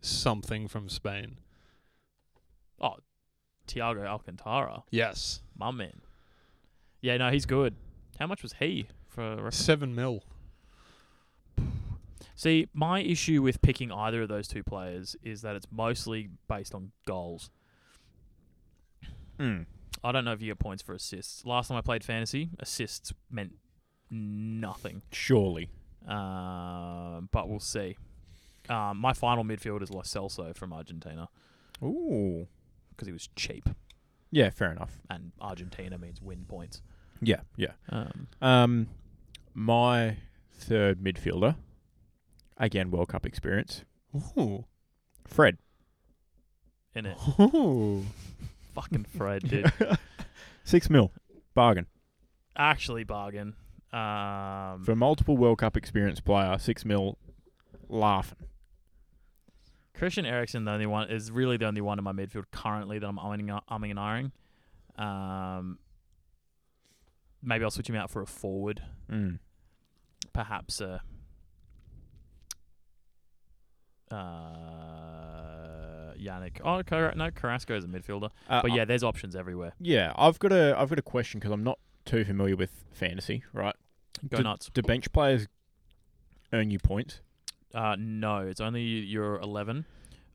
[SPEAKER 3] something from Spain.
[SPEAKER 2] Tiago Alcantara,
[SPEAKER 3] Yes.
[SPEAKER 2] my man. Yeah, no, he's good. How much was he for? Reference?
[SPEAKER 3] 7 mil.
[SPEAKER 2] See, my issue with picking either of those two players is that it's mostly based on goals.
[SPEAKER 1] Mm.
[SPEAKER 2] I don't know if you get points for assists. Last time I played fantasy, assists meant nothing.
[SPEAKER 1] Surely.
[SPEAKER 2] Um, but we'll see. Um, my final midfield is Lo Celso from Argentina
[SPEAKER 1] Ooh.
[SPEAKER 2] because he was cheap,
[SPEAKER 1] Yeah, fair enough.
[SPEAKER 2] and Argentina means win points.
[SPEAKER 1] Yeah, yeah.
[SPEAKER 2] Um,
[SPEAKER 1] Um, my third midfielder, again, World Cup experience,
[SPEAKER 3] Ooh.
[SPEAKER 1] Fred.
[SPEAKER 2] in it,
[SPEAKER 3] Ooh.
[SPEAKER 2] fucking Fred, dude,
[SPEAKER 1] Six mil, bargain
[SPEAKER 2] actually bargain. Um,
[SPEAKER 1] for multiple World Cup experience player. Six mil, laughing.
[SPEAKER 2] Christian Eriksen, the only one, is really the only one in my midfield currently that I'm umming, umming and ahhing. Um, maybe I'll switch him out for a forward,
[SPEAKER 1] Mm.
[SPEAKER 2] perhaps a. Uh, Yannick. Oh, Car- no, Carrasco is a midfielder.
[SPEAKER 1] Uh,
[SPEAKER 2] But yeah, there's options everywhere.
[SPEAKER 1] Yeah, I've got a I've got a question because I'm not too familiar with fantasy. Right?
[SPEAKER 2] Go
[SPEAKER 1] Did-
[SPEAKER 2] nuts.
[SPEAKER 1] Do bench players earn you points?
[SPEAKER 2] Uh, no, it's only your 11.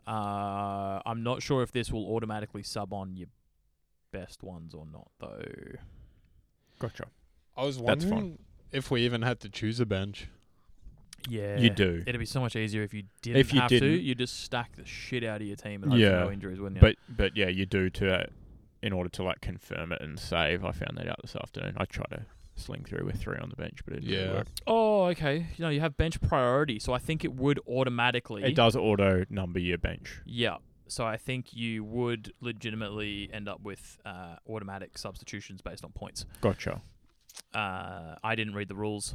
[SPEAKER 2] Uh, I'm not sure if this will automatically sub on your best ones or not, though.
[SPEAKER 1] Gotcha.
[SPEAKER 3] I was
[SPEAKER 1] That's fine.
[SPEAKER 3] wondering if we even had to choose a bench.
[SPEAKER 2] Yeah,
[SPEAKER 1] You do.
[SPEAKER 2] It'd be so much easier if you didn't
[SPEAKER 1] you
[SPEAKER 2] have to.
[SPEAKER 1] didn't.
[SPEAKER 2] You just stack the shit out of your team and hope
[SPEAKER 1] Yeah.
[SPEAKER 2] for no injuries, wouldn't you?
[SPEAKER 1] But but yeah, you do to uh, in order to like confirm it and save. I found that out this afternoon. I tried to sling through with three on the bench, but it didn't
[SPEAKER 3] Yeah.
[SPEAKER 1] work.
[SPEAKER 2] oh, okay. You know, you have bench priority, so I think it would automatically.
[SPEAKER 1] It does auto number your bench.
[SPEAKER 2] Yeah. So I think you would legitimately end up with uh, automatic substitutions based on points.
[SPEAKER 1] Gotcha.
[SPEAKER 2] Uh, I didn't read the rules.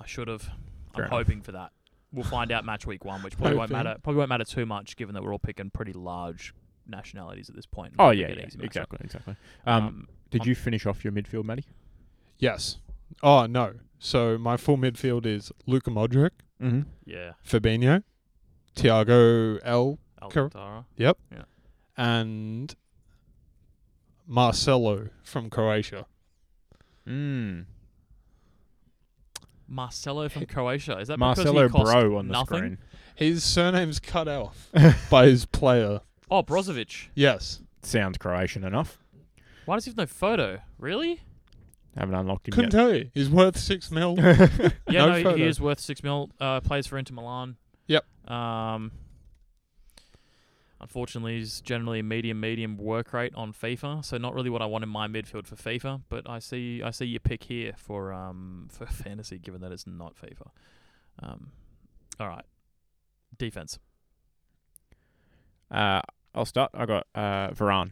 [SPEAKER 2] I should have. I'm
[SPEAKER 1] Fair enough.
[SPEAKER 2] hoping for that. We'll find out match week one, which probably won't
[SPEAKER 3] Hoping.
[SPEAKER 2] matter. Probably won't matter too much, given that we're all picking pretty large nationalities at this point. and
[SPEAKER 1] Oh
[SPEAKER 2] we're
[SPEAKER 1] yeah,
[SPEAKER 2] getting
[SPEAKER 1] yeah
[SPEAKER 2] easy matchups.
[SPEAKER 1] exactly, exactly. Um,
[SPEAKER 2] Um,
[SPEAKER 1] did
[SPEAKER 2] I'm-
[SPEAKER 1] you finish off your midfield, Matty?
[SPEAKER 3] Yes. Oh, no. So my full midfield is Luka Modric,
[SPEAKER 1] Mm-hmm.
[SPEAKER 2] yeah.
[SPEAKER 3] Fabinho, Thiago L,
[SPEAKER 2] Alcantara.
[SPEAKER 3] and Marcelo from Croatia.
[SPEAKER 1] Mm.
[SPEAKER 2] Marcelo from Croatia. Is that because
[SPEAKER 1] Marcelo
[SPEAKER 2] he cost
[SPEAKER 1] Bro on the
[SPEAKER 2] nothing?
[SPEAKER 1] screen.
[SPEAKER 3] His surname's cut off by his player.
[SPEAKER 2] Oh, Brozovic.
[SPEAKER 3] Yes.
[SPEAKER 1] Sounds Croatian enough.
[SPEAKER 2] Why does he have no photo? Really?
[SPEAKER 1] Haven't unlocked him
[SPEAKER 3] Couldn't tell you. He's worth six mil.
[SPEAKER 1] yet.
[SPEAKER 2] Yeah,
[SPEAKER 3] No
[SPEAKER 2] no,
[SPEAKER 3] photo.
[SPEAKER 2] he is worth six mil. Uh, plays for Inter Milan.
[SPEAKER 3] Yep.
[SPEAKER 2] Um. Unfortunately, he's generally a medium-medium work rate on FIFA, so not really what I want in my midfield for FIFA. But I see, I see your pick here for um for fantasy, given that it's not FIFA. Um, all right, defense.
[SPEAKER 1] uh, I'll start. I got uh, Varane.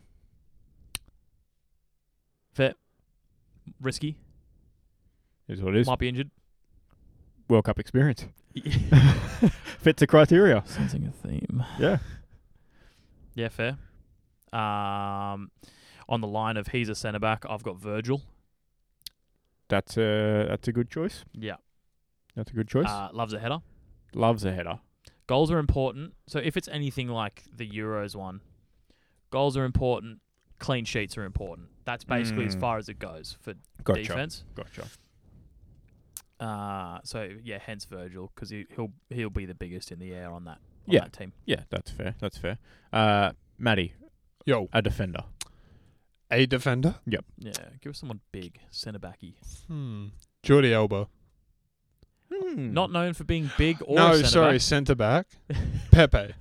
[SPEAKER 2] Risky.
[SPEAKER 1] Is what it is.
[SPEAKER 2] Might be injured.
[SPEAKER 1] World Cup experience fits the criteria.
[SPEAKER 2] Sensing a theme.
[SPEAKER 1] Yeah.
[SPEAKER 2] Yeah, fair. Um, on the line of he's a centre back, I've got Virgil.
[SPEAKER 1] That's a that's a good choice.
[SPEAKER 2] Yeah,
[SPEAKER 1] That's a good choice.
[SPEAKER 2] uh, loves a header.
[SPEAKER 1] Loves a header.
[SPEAKER 2] Goals are important. So if it's anything like the Euros one, goals are important. Clean sheets are important. That's basically as
[SPEAKER 1] Mm.
[SPEAKER 2] far as it goes for
[SPEAKER 1] Gotcha.
[SPEAKER 2] defense.
[SPEAKER 1] Gotcha.
[SPEAKER 2] Uh, so yeah, hence Virgil because he, he'll he'll be the biggest in the air on that on
[SPEAKER 1] Yeah.
[SPEAKER 2] that team.
[SPEAKER 1] Yeah, that's fair. That's fair. Uh, Maddie,
[SPEAKER 3] Yo,
[SPEAKER 1] a defender.
[SPEAKER 3] a defender.
[SPEAKER 2] Yeah, give us someone big, centre backy.
[SPEAKER 3] Hmm. Jordi Alba.
[SPEAKER 2] Not known for being big or
[SPEAKER 3] Hmm. no,
[SPEAKER 2] centre
[SPEAKER 3] sorry,
[SPEAKER 2] back.
[SPEAKER 3] centre back. Pepe.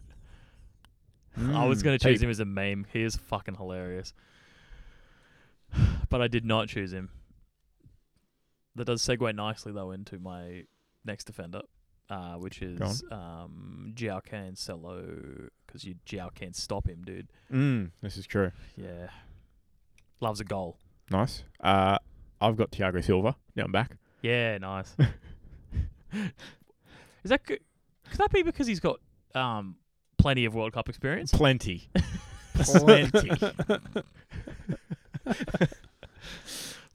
[SPEAKER 2] I was going
[SPEAKER 1] Mm,
[SPEAKER 2] to choose
[SPEAKER 1] Pete.
[SPEAKER 2] him as a meme. He is fucking hilarious. But I did not choose him. That does segue nicely, though, into my next defender, uh, which is um, Jiao Can Cello, because you Jiao can't stop him, dude.
[SPEAKER 1] Mm, this is true.
[SPEAKER 2] Yeah. Loves a goal.
[SPEAKER 1] Nice. Uh, I've got Thiago Silva down back.
[SPEAKER 2] Yeah, nice. is that good? Could that be because he's got um, plenty of World Cup experience?
[SPEAKER 1] Plenty. Plenty.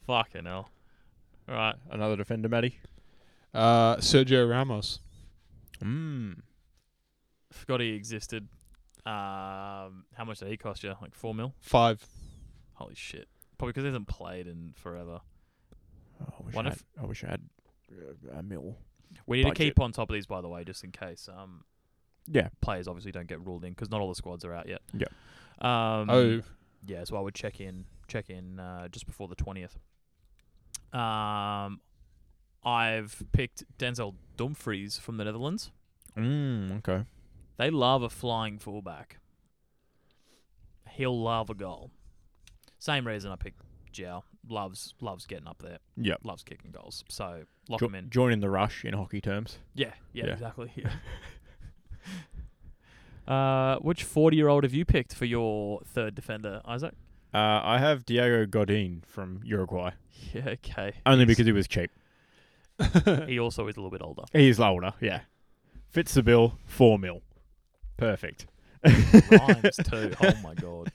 [SPEAKER 2] Fucking hell. All right.
[SPEAKER 1] Another defender, Maddie.
[SPEAKER 3] Uh, Sergio Ramos.
[SPEAKER 2] Hmm.
[SPEAKER 1] Mm.
[SPEAKER 2] forgot he existed. Um, how much did he cost you? Like four mil?
[SPEAKER 3] Five.
[SPEAKER 2] Holy shit! Probably because he hasn't played in forever.
[SPEAKER 1] Oh, I, wish
[SPEAKER 2] What
[SPEAKER 1] I,
[SPEAKER 2] if-
[SPEAKER 1] had, I wish I had uh, a mill.
[SPEAKER 2] We need to
[SPEAKER 1] Budget.
[SPEAKER 2] keep on top of these, by the way, just in case um,
[SPEAKER 1] Yeah.
[SPEAKER 2] players obviously don't get ruled in because not all the squads are out yet.
[SPEAKER 1] Yeah.
[SPEAKER 2] Um,
[SPEAKER 3] oh,
[SPEAKER 2] yeah. So I would check in, check in uh, just before the twentieth. Um, I've picked Denzel Dumfries from the Netherlands.
[SPEAKER 1] Mm, okay.
[SPEAKER 2] They love a flying fullback. He'll love a goal. Same reason I picked Jao. Loves loves getting up there.
[SPEAKER 1] Yep.
[SPEAKER 2] Loves kicking goals. So lock
[SPEAKER 1] Jo-
[SPEAKER 2] him in.
[SPEAKER 1] joining the rush in hockey terms.
[SPEAKER 2] Yeah, yeah,
[SPEAKER 1] Yeah.
[SPEAKER 2] exactly. Yeah. uh, which forty year old have you picked for your third defender, Isaac?
[SPEAKER 1] Uh, I have Diego Godin from Uruguay
[SPEAKER 2] Yeah, okay.
[SPEAKER 1] only
[SPEAKER 2] He's-
[SPEAKER 1] because he was cheap.
[SPEAKER 2] he also is a little bit older.
[SPEAKER 1] He's older, yeah. Fits the bill, four mil. Perfect.
[SPEAKER 2] Rhymes too. Oh my god.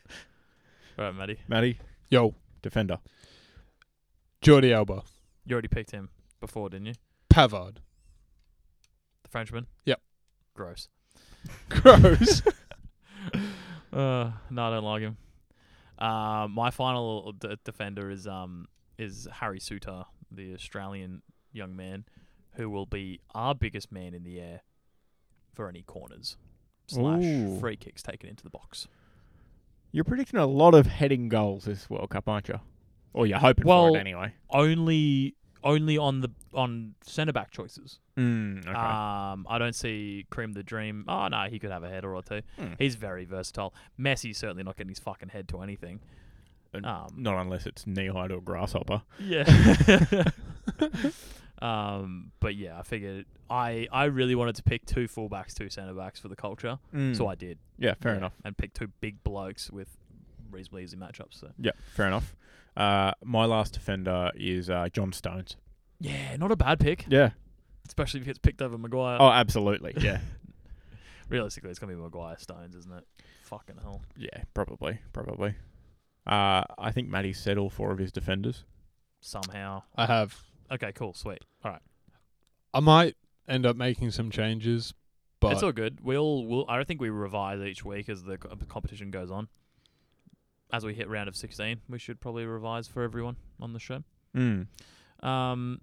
[SPEAKER 2] All right, Matty.
[SPEAKER 1] Maddie,
[SPEAKER 3] yo,
[SPEAKER 1] defender.
[SPEAKER 3] Jordi Alba.
[SPEAKER 2] You already picked him before, didn't you?
[SPEAKER 3] Pavard.
[SPEAKER 2] The Frenchman?
[SPEAKER 3] Yep.
[SPEAKER 2] Gross.
[SPEAKER 3] Gross.
[SPEAKER 2] Uh, no, I don't like him. Uh, my final d- defender is um is Harry Suter, the Australian young man, who will be our biggest man in the air for any corners slash
[SPEAKER 1] Ooh.
[SPEAKER 2] free kicks taken into the box.
[SPEAKER 1] You're predicting a lot of heading goals this World Cup, aren't you? Or you're hoping
[SPEAKER 2] Well-
[SPEAKER 1] for it anyway.
[SPEAKER 2] Only only on the on centre back choices.
[SPEAKER 1] Mm, okay.
[SPEAKER 2] Um, I don't see Cream the Dream. Oh no, he could have a header or two.
[SPEAKER 1] Hmm.
[SPEAKER 2] He's very versatile. Messi's certainly not getting his fucking head to anything.
[SPEAKER 1] And
[SPEAKER 2] Um,
[SPEAKER 1] Not unless it's knee high to a grasshopper.
[SPEAKER 2] Yeah. um, but yeah, I figured I I really wanted to pick two fullbacks, two centre backs for the culture, so I did.
[SPEAKER 1] Mm. yeah, fair
[SPEAKER 2] Yeah,
[SPEAKER 1] enough.
[SPEAKER 2] And picked two big blokes with reasonably easy matchups. So
[SPEAKER 1] Yeah, fair enough. Uh, my last defender is uh, John Stones.
[SPEAKER 2] yeah, not a bad pick,
[SPEAKER 1] Yeah.
[SPEAKER 2] especially if he gets picked over Maguire.
[SPEAKER 1] Oh, absolutely. Yeah.
[SPEAKER 2] Realistically, it's gonna be Maguire Stones, isn't it? Fucking hell.
[SPEAKER 1] yeah, probably. Probably. Uh, I think Matty said all four of his defenders.
[SPEAKER 2] Somehow.
[SPEAKER 3] I have.
[SPEAKER 2] Okay, cool, sweet. All right,
[SPEAKER 3] I might end up making some changes, but
[SPEAKER 2] it's all good. We'll we'll. I think we revise each week as the co- competition goes on. As we hit round of sixteen, we should probably revise for everyone on the show.
[SPEAKER 1] Mm.
[SPEAKER 2] Um,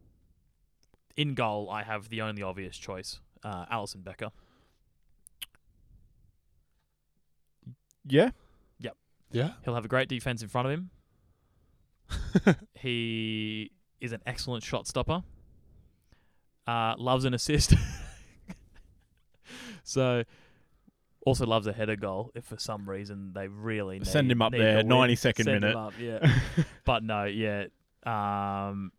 [SPEAKER 2] in goal, I have the only obvious choice, uh, Alison Becker.
[SPEAKER 1] Yeah.
[SPEAKER 3] yeah.
[SPEAKER 2] He'll have a great defense in front of him. He is an excellent shot stopper. Uh, loves an assist. so, also loves a header goal. If for some reason they really need,
[SPEAKER 1] Send him up
[SPEAKER 2] need
[SPEAKER 1] there,
[SPEAKER 2] a win.
[SPEAKER 1] 92nd
[SPEAKER 2] Send him
[SPEAKER 1] minute.
[SPEAKER 2] up, yeah. but no, yeah. Um,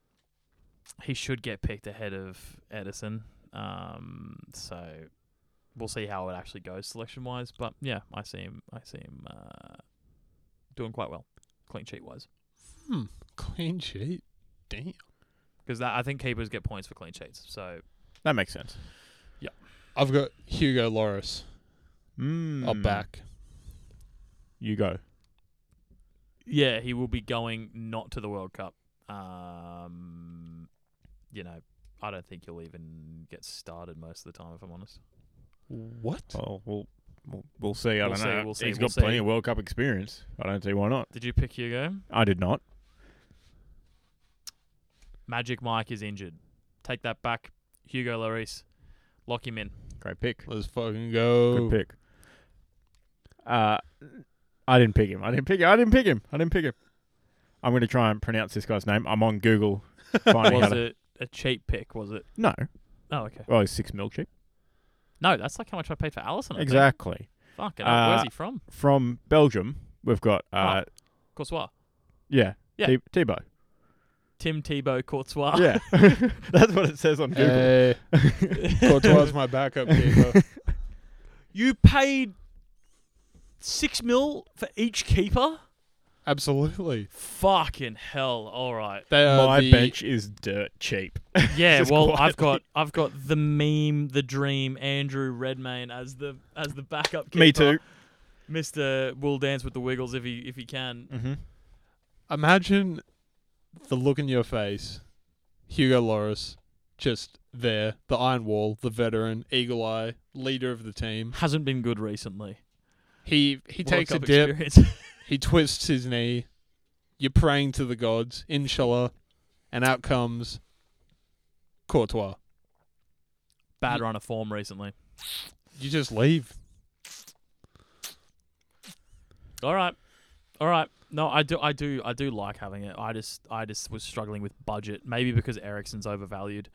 [SPEAKER 2] he should get picked ahead of Edison. Um, so we'll see how it actually goes selection wise. But yeah, I see him. I see him uh, doing quite well, clean sheet wise.
[SPEAKER 3] Hmm. Clean sheet. Damn.
[SPEAKER 2] Because I think keepers get points for clean sheets. So
[SPEAKER 1] That makes sense.
[SPEAKER 3] I've got Hugo Loris
[SPEAKER 1] Mm.
[SPEAKER 2] Hmm.
[SPEAKER 3] up back.
[SPEAKER 1] You go.
[SPEAKER 2] yeah, he will be going not to the World Cup. Um, you know, I don't think he'll even get started most of the time, if I'm honest.
[SPEAKER 3] What?
[SPEAKER 1] Well, we'll we'll, we'll see. I
[SPEAKER 2] We'll
[SPEAKER 1] don't
[SPEAKER 2] see,
[SPEAKER 1] know.
[SPEAKER 2] we'll
[SPEAKER 1] He's
[SPEAKER 2] see, we'll
[SPEAKER 1] got plenty
[SPEAKER 2] see.
[SPEAKER 1] of World Cup experience. I don't see why not.
[SPEAKER 2] Did you pick Hugo?
[SPEAKER 1] I did not.
[SPEAKER 2] Magic Mike is injured. Take that back. Hugo Lloris. Lock him in.
[SPEAKER 1] Great pick.
[SPEAKER 3] Let's fucking go.
[SPEAKER 1] Good pick. Uh, I didn't pick him. I didn't pick him. I didn't pick him. I didn't pick him. I'm going to try and pronounce this guy's name. I'm on Google finding
[SPEAKER 2] Was
[SPEAKER 1] out.
[SPEAKER 2] it a cheap pick? Was it?
[SPEAKER 1] No.
[SPEAKER 2] Oh, okay.
[SPEAKER 1] Oh, he's six mil cheap.
[SPEAKER 2] No, that's like how much I paid for Allison. I think.
[SPEAKER 1] Exactly.
[SPEAKER 2] Fucking hell, where's
[SPEAKER 1] Uh,
[SPEAKER 2] he from?
[SPEAKER 1] From Belgium, we've got uh,
[SPEAKER 2] Courtois.
[SPEAKER 1] yeah,
[SPEAKER 2] Ah. Yeah. Ah.
[SPEAKER 1] Thib- Thibaut.
[SPEAKER 2] Tim Tebow Courtois.
[SPEAKER 1] Yeah, that's what it says on Google.
[SPEAKER 3] Hey, Courtois my backup keeper.
[SPEAKER 2] You paid six mil for each keeper?
[SPEAKER 3] Absolutely.
[SPEAKER 2] Fucking hell. All right.
[SPEAKER 3] They are
[SPEAKER 1] My
[SPEAKER 3] Uh, the,
[SPEAKER 1] bench is dirt cheap.
[SPEAKER 2] Yeah,
[SPEAKER 1] Just
[SPEAKER 2] well, I've got I've got the meme, the dream, Andrew Redmayne as the as the backup keeper.
[SPEAKER 1] Me too.
[SPEAKER 2] Mister will dance with the Wiggles if he if he can.
[SPEAKER 1] Mm-hmm.
[SPEAKER 3] Imagine the look in your face, Hugo Loris, just there, the Iron Wall, the veteran, eagle eye, leader of the team.
[SPEAKER 2] Hasn't been good recently.
[SPEAKER 3] He he
[SPEAKER 2] World
[SPEAKER 3] takes a
[SPEAKER 2] Cup
[SPEAKER 3] dip.
[SPEAKER 2] experience.
[SPEAKER 3] He twists his knee. You're praying to the gods, inshallah, and out comes Courtois.
[SPEAKER 2] Bad run of form recently.
[SPEAKER 3] You just leave.
[SPEAKER 2] All right, all right. No, I do, I do, I do like having it. I just, I just was struggling with budget. Maybe because Ericsson's overvalued.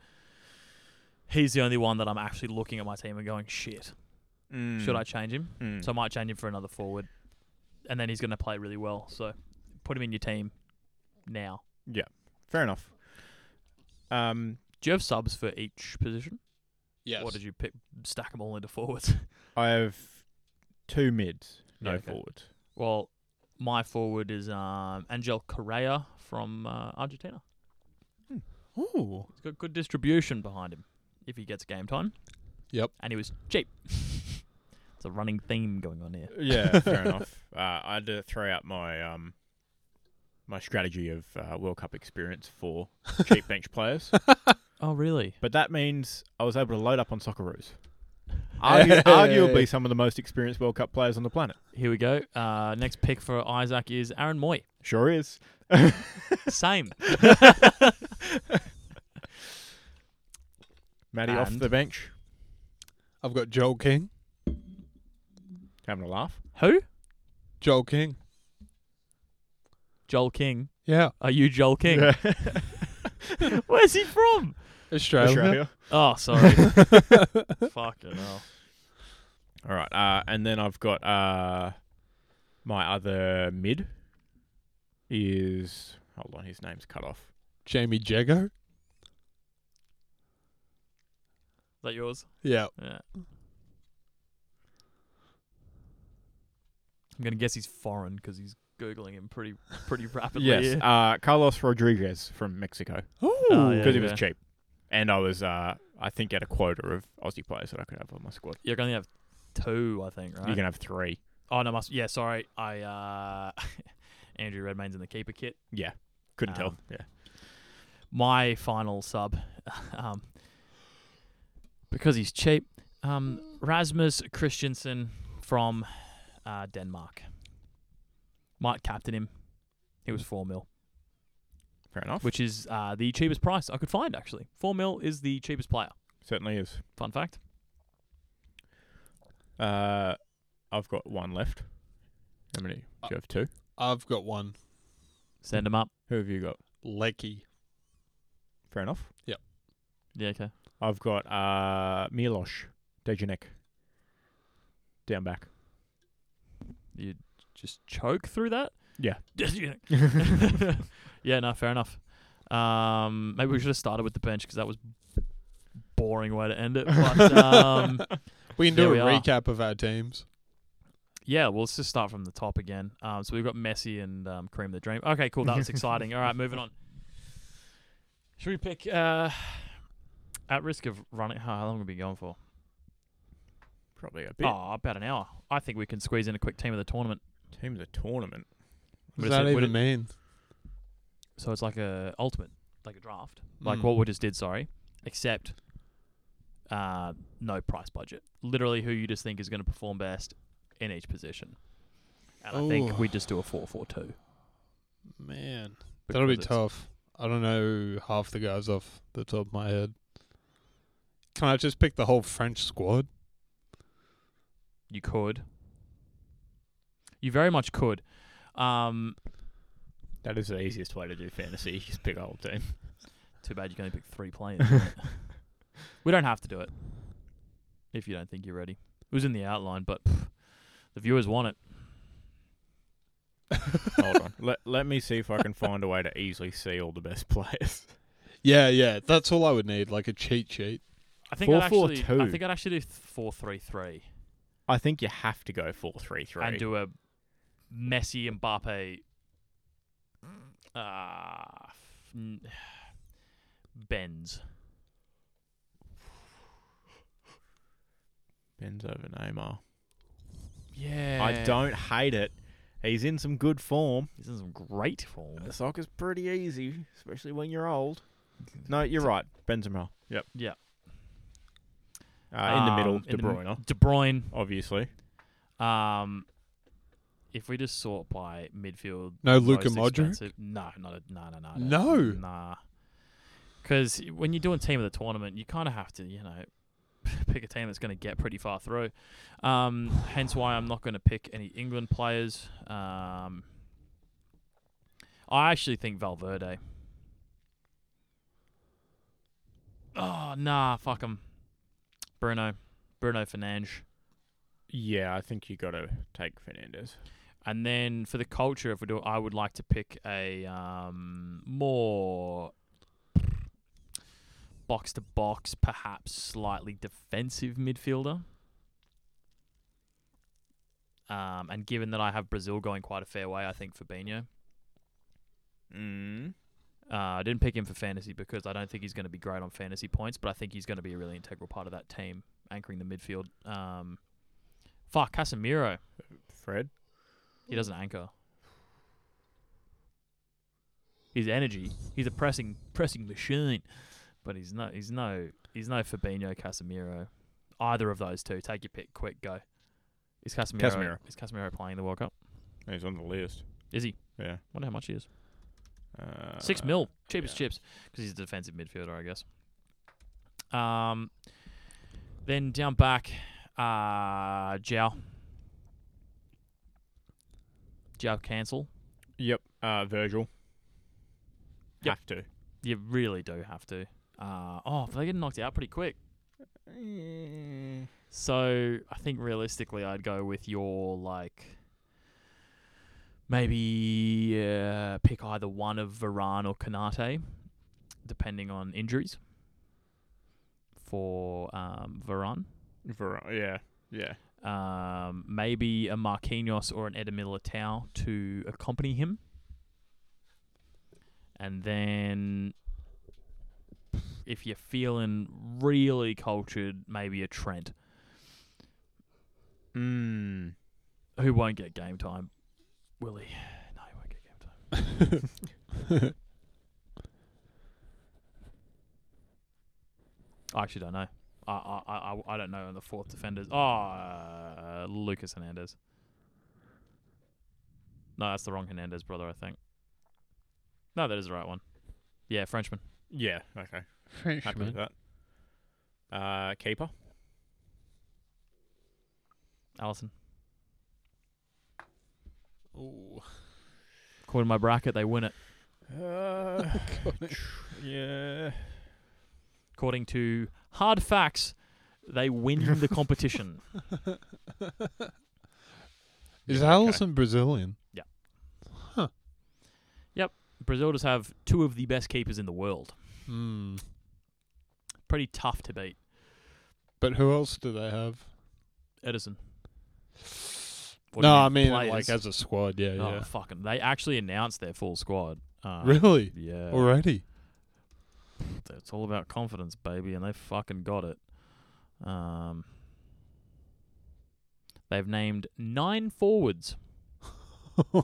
[SPEAKER 2] He's the only one that I'm actually looking at my team and going, shit. Should I change him?
[SPEAKER 1] Mm.
[SPEAKER 2] So I might change him for another forward, and then he's going to play really well. So put him in your team now.
[SPEAKER 1] Fair enough. Um,
[SPEAKER 2] Do you have subs for each position?
[SPEAKER 3] Yes.
[SPEAKER 2] Or did you pick stack them all into forwards?
[SPEAKER 1] I have two mids, no
[SPEAKER 2] Yeah, okay.
[SPEAKER 1] forwards.
[SPEAKER 2] well, my forward is um, Angel Correa from uh, Argentina.
[SPEAKER 3] Ooh.
[SPEAKER 2] He's got good distribution behind him if he gets game time.
[SPEAKER 3] Yep.
[SPEAKER 2] And he was cheap. it's a running theme going on here.
[SPEAKER 1] Yeah, fair enough. Uh, I had to throw out my um, my strategy of uh, World Cup experience for cheap bench players,
[SPEAKER 2] Oh, really?
[SPEAKER 1] but that means I was able to load up on Socceroos. Argu- arguably some of the most experienced World Cup players on the planet.
[SPEAKER 2] Here we go. Uh, next pick for Isaac is Aaron Moy.
[SPEAKER 1] Sure is.
[SPEAKER 2] Same.
[SPEAKER 1] Matty off
[SPEAKER 2] And-
[SPEAKER 1] the bench,
[SPEAKER 3] I've got Joel King.
[SPEAKER 1] having a laugh.
[SPEAKER 2] Who?
[SPEAKER 3] Joel King.
[SPEAKER 2] Joel King.
[SPEAKER 3] Yeah.
[SPEAKER 2] Are you Joel King?
[SPEAKER 1] Yeah.
[SPEAKER 2] Where's he from?
[SPEAKER 3] Australia.
[SPEAKER 2] Oh, sorry. Fucking hell.
[SPEAKER 1] All right, uh, and then I've got uh, my other mid is hold on, his name's cut off.
[SPEAKER 3] Jamie Jago.
[SPEAKER 2] Is that yours?
[SPEAKER 3] Yeah.
[SPEAKER 2] Yeah. I'm gonna guess he's foreign because he's googling him pretty pretty rapidly.
[SPEAKER 1] Yes,
[SPEAKER 2] here.
[SPEAKER 1] uh, Carlos Rodriguez from Mexico
[SPEAKER 3] Ooh.
[SPEAKER 2] Oh,
[SPEAKER 1] because
[SPEAKER 2] yeah.
[SPEAKER 1] he was cheap, and I was uh, I think at a quota of Aussie players that I could have on my squad.
[SPEAKER 2] You're gonna have two, I think, right?
[SPEAKER 1] You can have three.
[SPEAKER 2] Oh no, must yeah. Sorry, I uh, Andrew Redmayne's in the keeper kit.
[SPEAKER 1] Yeah, couldn't tell.
[SPEAKER 2] Um,
[SPEAKER 1] Yeah,
[SPEAKER 2] My final sub, um, because he's cheap. Um, Rasmus Christiansen from uh, Denmark. Might captain him. He was four mil,
[SPEAKER 1] fair enough.
[SPEAKER 2] which is uh, the cheapest price I could find. Actually, four mil is the cheapest player.
[SPEAKER 1] Certainly is.
[SPEAKER 2] Fun fact.
[SPEAKER 1] Uh, I've got one left. How many? Do you have two?
[SPEAKER 3] I've got one.
[SPEAKER 2] Send him up.
[SPEAKER 1] Who have you got?
[SPEAKER 3] Lecky.
[SPEAKER 1] Fair enough.
[SPEAKER 2] Yeah, okay.
[SPEAKER 1] I've got uh, Milosh Dejanek down back.
[SPEAKER 2] You just choke through that.
[SPEAKER 1] Yeah.
[SPEAKER 2] yeah, no, fair enough. Um, maybe we should have started with the bench because that was boring way to end it. But um,
[SPEAKER 3] We can
[SPEAKER 2] There
[SPEAKER 3] do
[SPEAKER 2] we
[SPEAKER 3] a
[SPEAKER 2] are.
[SPEAKER 3] recap of our teams.
[SPEAKER 2] yeah, well, let's just start from the top again. Um, so we've got Messi and um, Cream the Dream. Okay, cool. That was exciting. All right, moving on. Should we pick? Uh, at risk of running, how long have we been going for?
[SPEAKER 1] Probably a bit.
[SPEAKER 2] Oh, about an hour. I think we can squeeze in a quick team of the tournament.
[SPEAKER 1] Team of the tournament.
[SPEAKER 3] What
[SPEAKER 2] Would've
[SPEAKER 3] does that
[SPEAKER 2] said-
[SPEAKER 3] even
[SPEAKER 2] would've-
[SPEAKER 3] mean?
[SPEAKER 2] So it's like a ultimate, like a draft, like
[SPEAKER 1] Hmm.
[SPEAKER 3] Mm.
[SPEAKER 2] what we just did. Sorry, except uh, no price budget. Literally, who you just think is going to perform best in each position. And I
[SPEAKER 3] Ooh.
[SPEAKER 2] think we just do a four-four-two.
[SPEAKER 3] Man. That'll be
[SPEAKER 2] because it's-
[SPEAKER 3] tough. I don't know half the guys off the top of my head. Can I just pick the whole French squad?
[SPEAKER 2] You could. You very much could. Um,
[SPEAKER 1] That is the easiest way to do fantasy. You just pick a whole team.
[SPEAKER 2] too bad you can only pick three players. isn't it? we don't have to do it if you don't think you're ready. It was in the outline, but pff, the viewers want it.
[SPEAKER 1] Hold on. Let, let me see if I can find a way to easily see all the best players.
[SPEAKER 3] Yeah, yeah. That's all I would need, like a cheat sheet.
[SPEAKER 2] I think I'd actually. I
[SPEAKER 1] 4-4-2.
[SPEAKER 2] think I'd actually do four three three
[SPEAKER 1] I think you have to go four three three.
[SPEAKER 2] and do a Messi Mbappe. Uh, f- n- Benz.
[SPEAKER 1] Ben's over Neymar.
[SPEAKER 2] Yeah.
[SPEAKER 1] I don't hate it. He's in some good form.
[SPEAKER 2] He's in some great form.
[SPEAKER 1] The soccer's pretty easy, especially when you're old. No, you're right. Benzema. Yep.
[SPEAKER 2] Yeah.
[SPEAKER 1] Uh, in the middle,
[SPEAKER 2] Um,
[SPEAKER 1] De
[SPEAKER 2] in the m-
[SPEAKER 1] Bruyne,
[SPEAKER 2] De Bruyne.
[SPEAKER 1] obviously.
[SPEAKER 2] Um, if we just sort by midfield,
[SPEAKER 3] No Luka
[SPEAKER 2] most
[SPEAKER 3] Modric?
[SPEAKER 2] expensive- No, not a, no, no, no, I don't-
[SPEAKER 3] No.
[SPEAKER 2] nah. Because when you're doing team of the tournament, you kind of have to, you know, pick a team that's going to get pretty far through. Um, hence why I'm not going to pick any England players. Um, I actually think Valverde. Oh nah, fuck him, Bruno, Bruno Fernandes.
[SPEAKER 1] Yeah, I think you got to take Fernandez.
[SPEAKER 2] And then for the culture, if we do, I would like to pick a um, more box to box, perhaps slightly defensive midfielder. Um, and given that I have Brazil going quite a fair way, I think Fabinho.
[SPEAKER 1] Mm.
[SPEAKER 2] Uh, I didn't pick him for fantasy because I don't think he's going to be great on fantasy points, but I think he's going to be a really integral part of that team, anchoring the midfield. Um, fuck, Casemiro.
[SPEAKER 1] Fred.
[SPEAKER 2] He doesn't anchor. He's energy. He's a pressing pressing machine. But he's no he's no he's no Fabinho Casemiro. Either of those two. Take your pick, quick, go. Is Casemiro,
[SPEAKER 1] Casemiro.
[SPEAKER 2] is Casemiro playing the World Cup?
[SPEAKER 1] He's on the list.
[SPEAKER 2] Is he?
[SPEAKER 1] Yeah.
[SPEAKER 2] Wonder how much he is.
[SPEAKER 1] Uh,
[SPEAKER 2] Six mil, cheap as
[SPEAKER 1] yeah.
[SPEAKER 2] chips, because he's a defensive midfielder, I guess. Um, then down back, uh, Jao. Jao cancel.
[SPEAKER 1] Yep. Uh, Virgil.
[SPEAKER 2] Yep.
[SPEAKER 1] Have to.
[SPEAKER 2] You really do have to. Uh, oh, but they get knocked out pretty quick. So I think realistically, I'd go with your like maybe uh, pick either one of Varane or Kanate, depending on injuries. For um, Varane,
[SPEAKER 1] Ver- yeah. Yeah.
[SPEAKER 2] um, maybe a Marquinhos or an Eder Militao to accompany him, and then if you're feeling really cultured, maybe a Trent.
[SPEAKER 1] Mm.
[SPEAKER 2] who won't get game time. Will he? No, he won't get game time. I actually don't know. I I I- I, I don't know on the fourth defenders. Oh, uh, Lucas Hernandez. No, that's the wrong Hernandez brother. I think. No, that is the right one. Yeah, Frenchman.
[SPEAKER 1] Yeah. Okay. Happy with that. Uh, keeper.
[SPEAKER 2] Allison.
[SPEAKER 3] Ooh.
[SPEAKER 2] According to my bracket, they win it.
[SPEAKER 1] Uh, yeah.
[SPEAKER 2] According to hard facts, they win the competition.
[SPEAKER 3] Is
[SPEAKER 1] Yeah, okay.
[SPEAKER 3] Allison Brazilian?
[SPEAKER 2] Brazil just have two of the best keepers in the world.
[SPEAKER 3] Hmm.
[SPEAKER 2] Pretty tough to beat.
[SPEAKER 3] But who else do they have?
[SPEAKER 2] Edison. What do
[SPEAKER 3] No,
[SPEAKER 2] you
[SPEAKER 3] I mean
[SPEAKER 2] players?
[SPEAKER 3] like as a squad. Yeah,
[SPEAKER 2] Oh,
[SPEAKER 3] yeah.
[SPEAKER 2] fucking. They actually announced their full squad. Uh,
[SPEAKER 3] Really?
[SPEAKER 2] Yeah.
[SPEAKER 3] Already?
[SPEAKER 2] It's all about confidence, baby, and they fucking got it. Um, they've named nine forwards.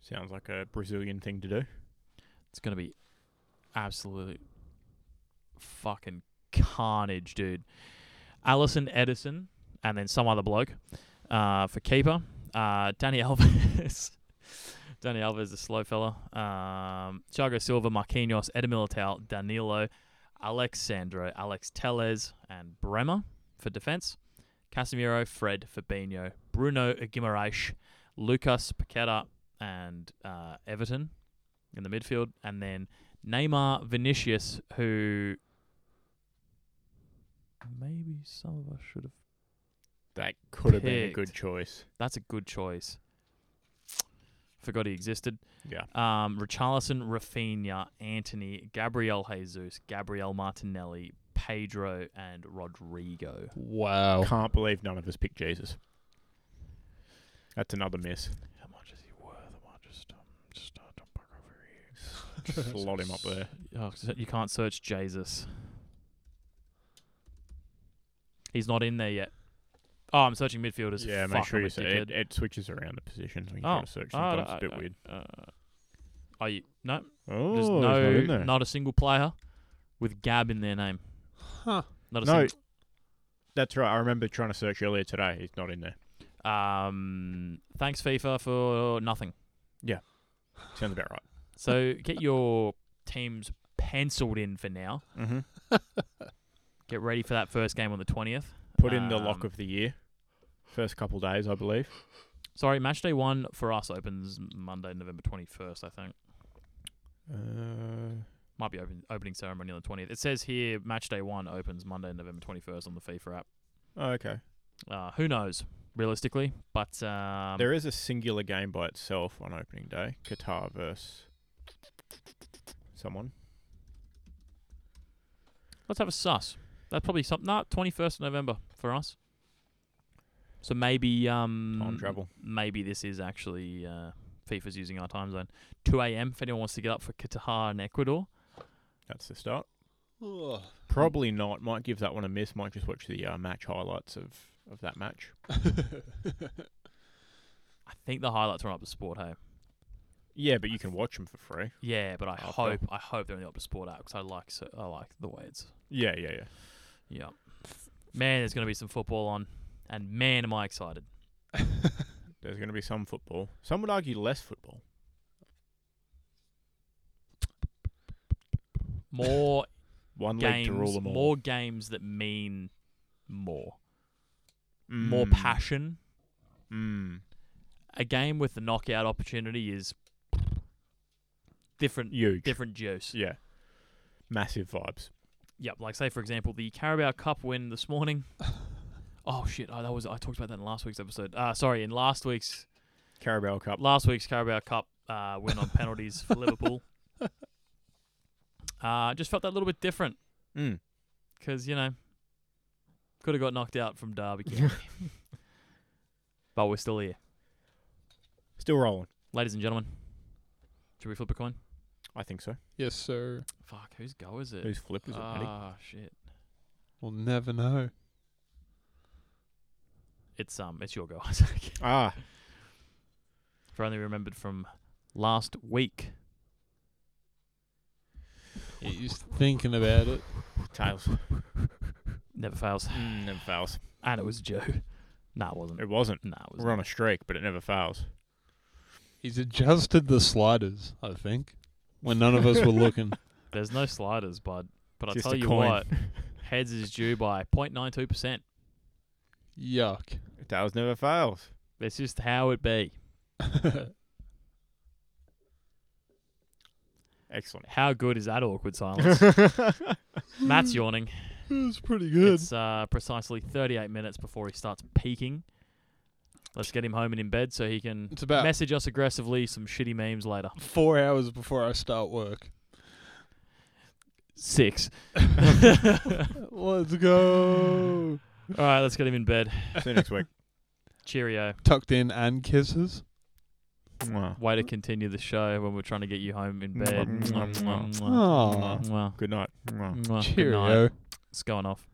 [SPEAKER 1] Sounds like a Brazilian thing to do.
[SPEAKER 2] It's going to be absolute fucking carnage, dude. Allison Edison and then some other bloke uh, for keeper. Uh, Danny Alves. Danny Alves, a slow fella. Um, Thiago Silva, Marquinhos, Eder Militao, Danilo, Alexandro, Alex Teles, and Bremer for defence. Casemiro, Fred, Fabinho, Bruno Guimaraes, Lucas Paqueta, and uh, Everton in the midfield. And then Neymar Vinicius, who maybe some of us should have.
[SPEAKER 1] That could have been a
[SPEAKER 2] Picked.
[SPEAKER 1] good choice.
[SPEAKER 2] That's a good choice. Forgot he existed.
[SPEAKER 1] Yeah.
[SPEAKER 2] Um, Richarlison, Rafinha, Anthony, Gabriel Jesus, Gabriel Martinelli, Pedro, and Rodrigo. Oh.
[SPEAKER 3] Wow.
[SPEAKER 1] Can't believe none of us picked Jesus. That's another miss.
[SPEAKER 2] How much is he worth? I might just, um, just uh, dump back over
[SPEAKER 1] Slot him up there.
[SPEAKER 2] here. Oh, so you can't search Jesus. He's not in there yet. Oh, I'm searching midfielders.
[SPEAKER 1] yeah,
[SPEAKER 2] Fuck,
[SPEAKER 1] make sure
[SPEAKER 2] I'm a
[SPEAKER 1] you see it,
[SPEAKER 2] dickhead.
[SPEAKER 1] it switches around the positions when you
[SPEAKER 2] Oh.
[SPEAKER 1] try to search
[SPEAKER 2] Oh, I
[SPEAKER 1] them. it's a
[SPEAKER 2] don't-
[SPEAKER 1] bit
[SPEAKER 2] I-
[SPEAKER 1] weird.
[SPEAKER 2] Uh, are you? No,
[SPEAKER 1] Oh,
[SPEAKER 2] there's
[SPEAKER 1] it's
[SPEAKER 2] no,
[SPEAKER 1] not in
[SPEAKER 2] not,
[SPEAKER 1] there.
[SPEAKER 2] a single player with Gab in their name.
[SPEAKER 3] Huh.
[SPEAKER 2] Not a
[SPEAKER 1] No.
[SPEAKER 2] single.
[SPEAKER 1] That's right. I remember trying to search earlier today. He's not in there.
[SPEAKER 2] Um, thanks FIFA for nothing.
[SPEAKER 1] Sounds about right.
[SPEAKER 2] So get your teams penciled in for now.
[SPEAKER 1] Mm-hmm.
[SPEAKER 2] Get ready for that first game on the twentieth.
[SPEAKER 1] Put in the lock
[SPEAKER 2] Um,
[SPEAKER 1] of the year. First couple days, I believe.
[SPEAKER 2] Sorry, match day one for us opens Monday, November twenty first. I think
[SPEAKER 1] Uh,
[SPEAKER 2] might be open, opening ceremony on the twentieth. It says here match day one opens Monday, November twenty first on the FIFA app.
[SPEAKER 1] oh, okay.
[SPEAKER 2] Uh, who knows realistically, but um,
[SPEAKER 1] there is a singular game by itself on opening day. Qatar versus someone.
[SPEAKER 2] Let's have a sus. That's probably something. No, twenty first of November for us. So maybe um
[SPEAKER 1] Time travel.
[SPEAKER 2] Maybe this is actually uh, FIFA's using our time zone. Two a.m. If anyone wants to get up for Qatar and Ecuador,
[SPEAKER 1] That's the start.
[SPEAKER 3] Ugh.
[SPEAKER 1] Probably not. Might give that one a miss. Might just watch the uh, match highlights of, of that match.
[SPEAKER 2] I think the highlights are on up to sport. Hey,
[SPEAKER 1] Yeah, but you can watch them for free.
[SPEAKER 2] yeah, but I
[SPEAKER 1] After.
[SPEAKER 2] hope I hope they're on the up to sport app because I like so, I like the way it's
[SPEAKER 1] Yeah, yeah, yeah.
[SPEAKER 2] yeah. Man, there's going to be some football on, and man, am I excited!
[SPEAKER 1] There's going to be some football. Some would argue less football.
[SPEAKER 2] More
[SPEAKER 1] One league
[SPEAKER 2] games,
[SPEAKER 1] to rule them all.
[SPEAKER 2] more games that mean more, more passion.
[SPEAKER 1] Mm.
[SPEAKER 2] a game with the knockout opportunity is different
[SPEAKER 1] Huge.
[SPEAKER 2] different juice.
[SPEAKER 1] Yeah. Massive vibes.
[SPEAKER 2] Yep, like say for example the Carabao Cup win this morning. oh shit, oh, that was I talked about that in last week's episode. Uh sorry, in last week's
[SPEAKER 1] Carabao Cup.
[SPEAKER 2] last week's Carabao Cup uh win on penalties for Liverpool. Uh just felt that little bit different
[SPEAKER 1] Mm.
[SPEAKER 2] cuz you know could have got knocked out from Derby County. but we're still here.
[SPEAKER 1] Still rolling.
[SPEAKER 2] Ladies and gentlemen, should we flip a coin?
[SPEAKER 1] I think so.
[SPEAKER 3] yes, sir.
[SPEAKER 2] Fuck, whose go is it?
[SPEAKER 1] Whose flip is it, Matty?
[SPEAKER 2] Ah, shit.
[SPEAKER 3] We'll never know.
[SPEAKER 2] It's um, it's your go, Isaac.
[SPEAKER 1] Ah,
[SPEAKER 2] if I only remembered from last week.
[SPEAKER 3] He's thinking about it.
[SPEAKER 1] tails.
[SPEAKER 2] Never fails.
[SPEAKER 1] Mm, never fails.
[SPEAKER 2] And it was Joe. Nah, it wasn't.
[SPEAKER 1] It wasn't.
[SPEAKER 2] Nah, it
[SPEAKER 1] We're
[SPEAKER 2] wasn't.
[SPEAKER 1] on a streak, but it never fails.
[SPEAKER 3] He's adjusted the sliders, I think, when none of us were looking.
[SPEAKER 2] There's no sliders, bud. But I
[SPEAKER 1] Just
[SPEAKER 2] tell
[SPEAKER 1] a
[SPEAKER 2] you
[SPEAKER 1] coin.
[SPEAKER 2] what, heads is due by 0.92 percent.
[SPEAKER 3] Yuck.
[SPEAKER 1] Tails never fails.
[SPEAKER 2] That's just how it be.
[SPEAKER 1] Excellent.
[SPEAKER 2] How good is that awkward silence? Matt's yawning.
[SPEAKER 3] It's pretty good.
[SPEAKER 2] It's uh, precisely 38 minutes before he starts peaking. Let's get him home and in bed so he can
[SPEAKER 3] It's about
[SPEAKER 2] message us aggressively some shitty memes later.
[SPEAKER 3] four hours before I start work.
[SPEAKER 2] Six.
[SPEAKER 3] Let's go.
[SPEAKER 2] All right, let's get him in bed.
[SPEAKER 1] See you next week.
[SPEAKER 2] Cheerio.
[SPEAKER 3] Tucked in and kisses.
[SPEAKER 1] Mwah.
[SPEAKER 2] Way to continue the show when we're trying to get you home in bed.
[SPEAKER 1] Mwah, mwah,
[SPEAKER 2] Mwah, mwah,
[SPEAKER 3] mwah.
[SPEAKER 2] mwah,
[SPEAKER 1] Good night. Mwah.
[SPEAKER 2] mwah. Good night.
[SPEAKER 3] Cheerio.
[SPEAKER 2] It's going off.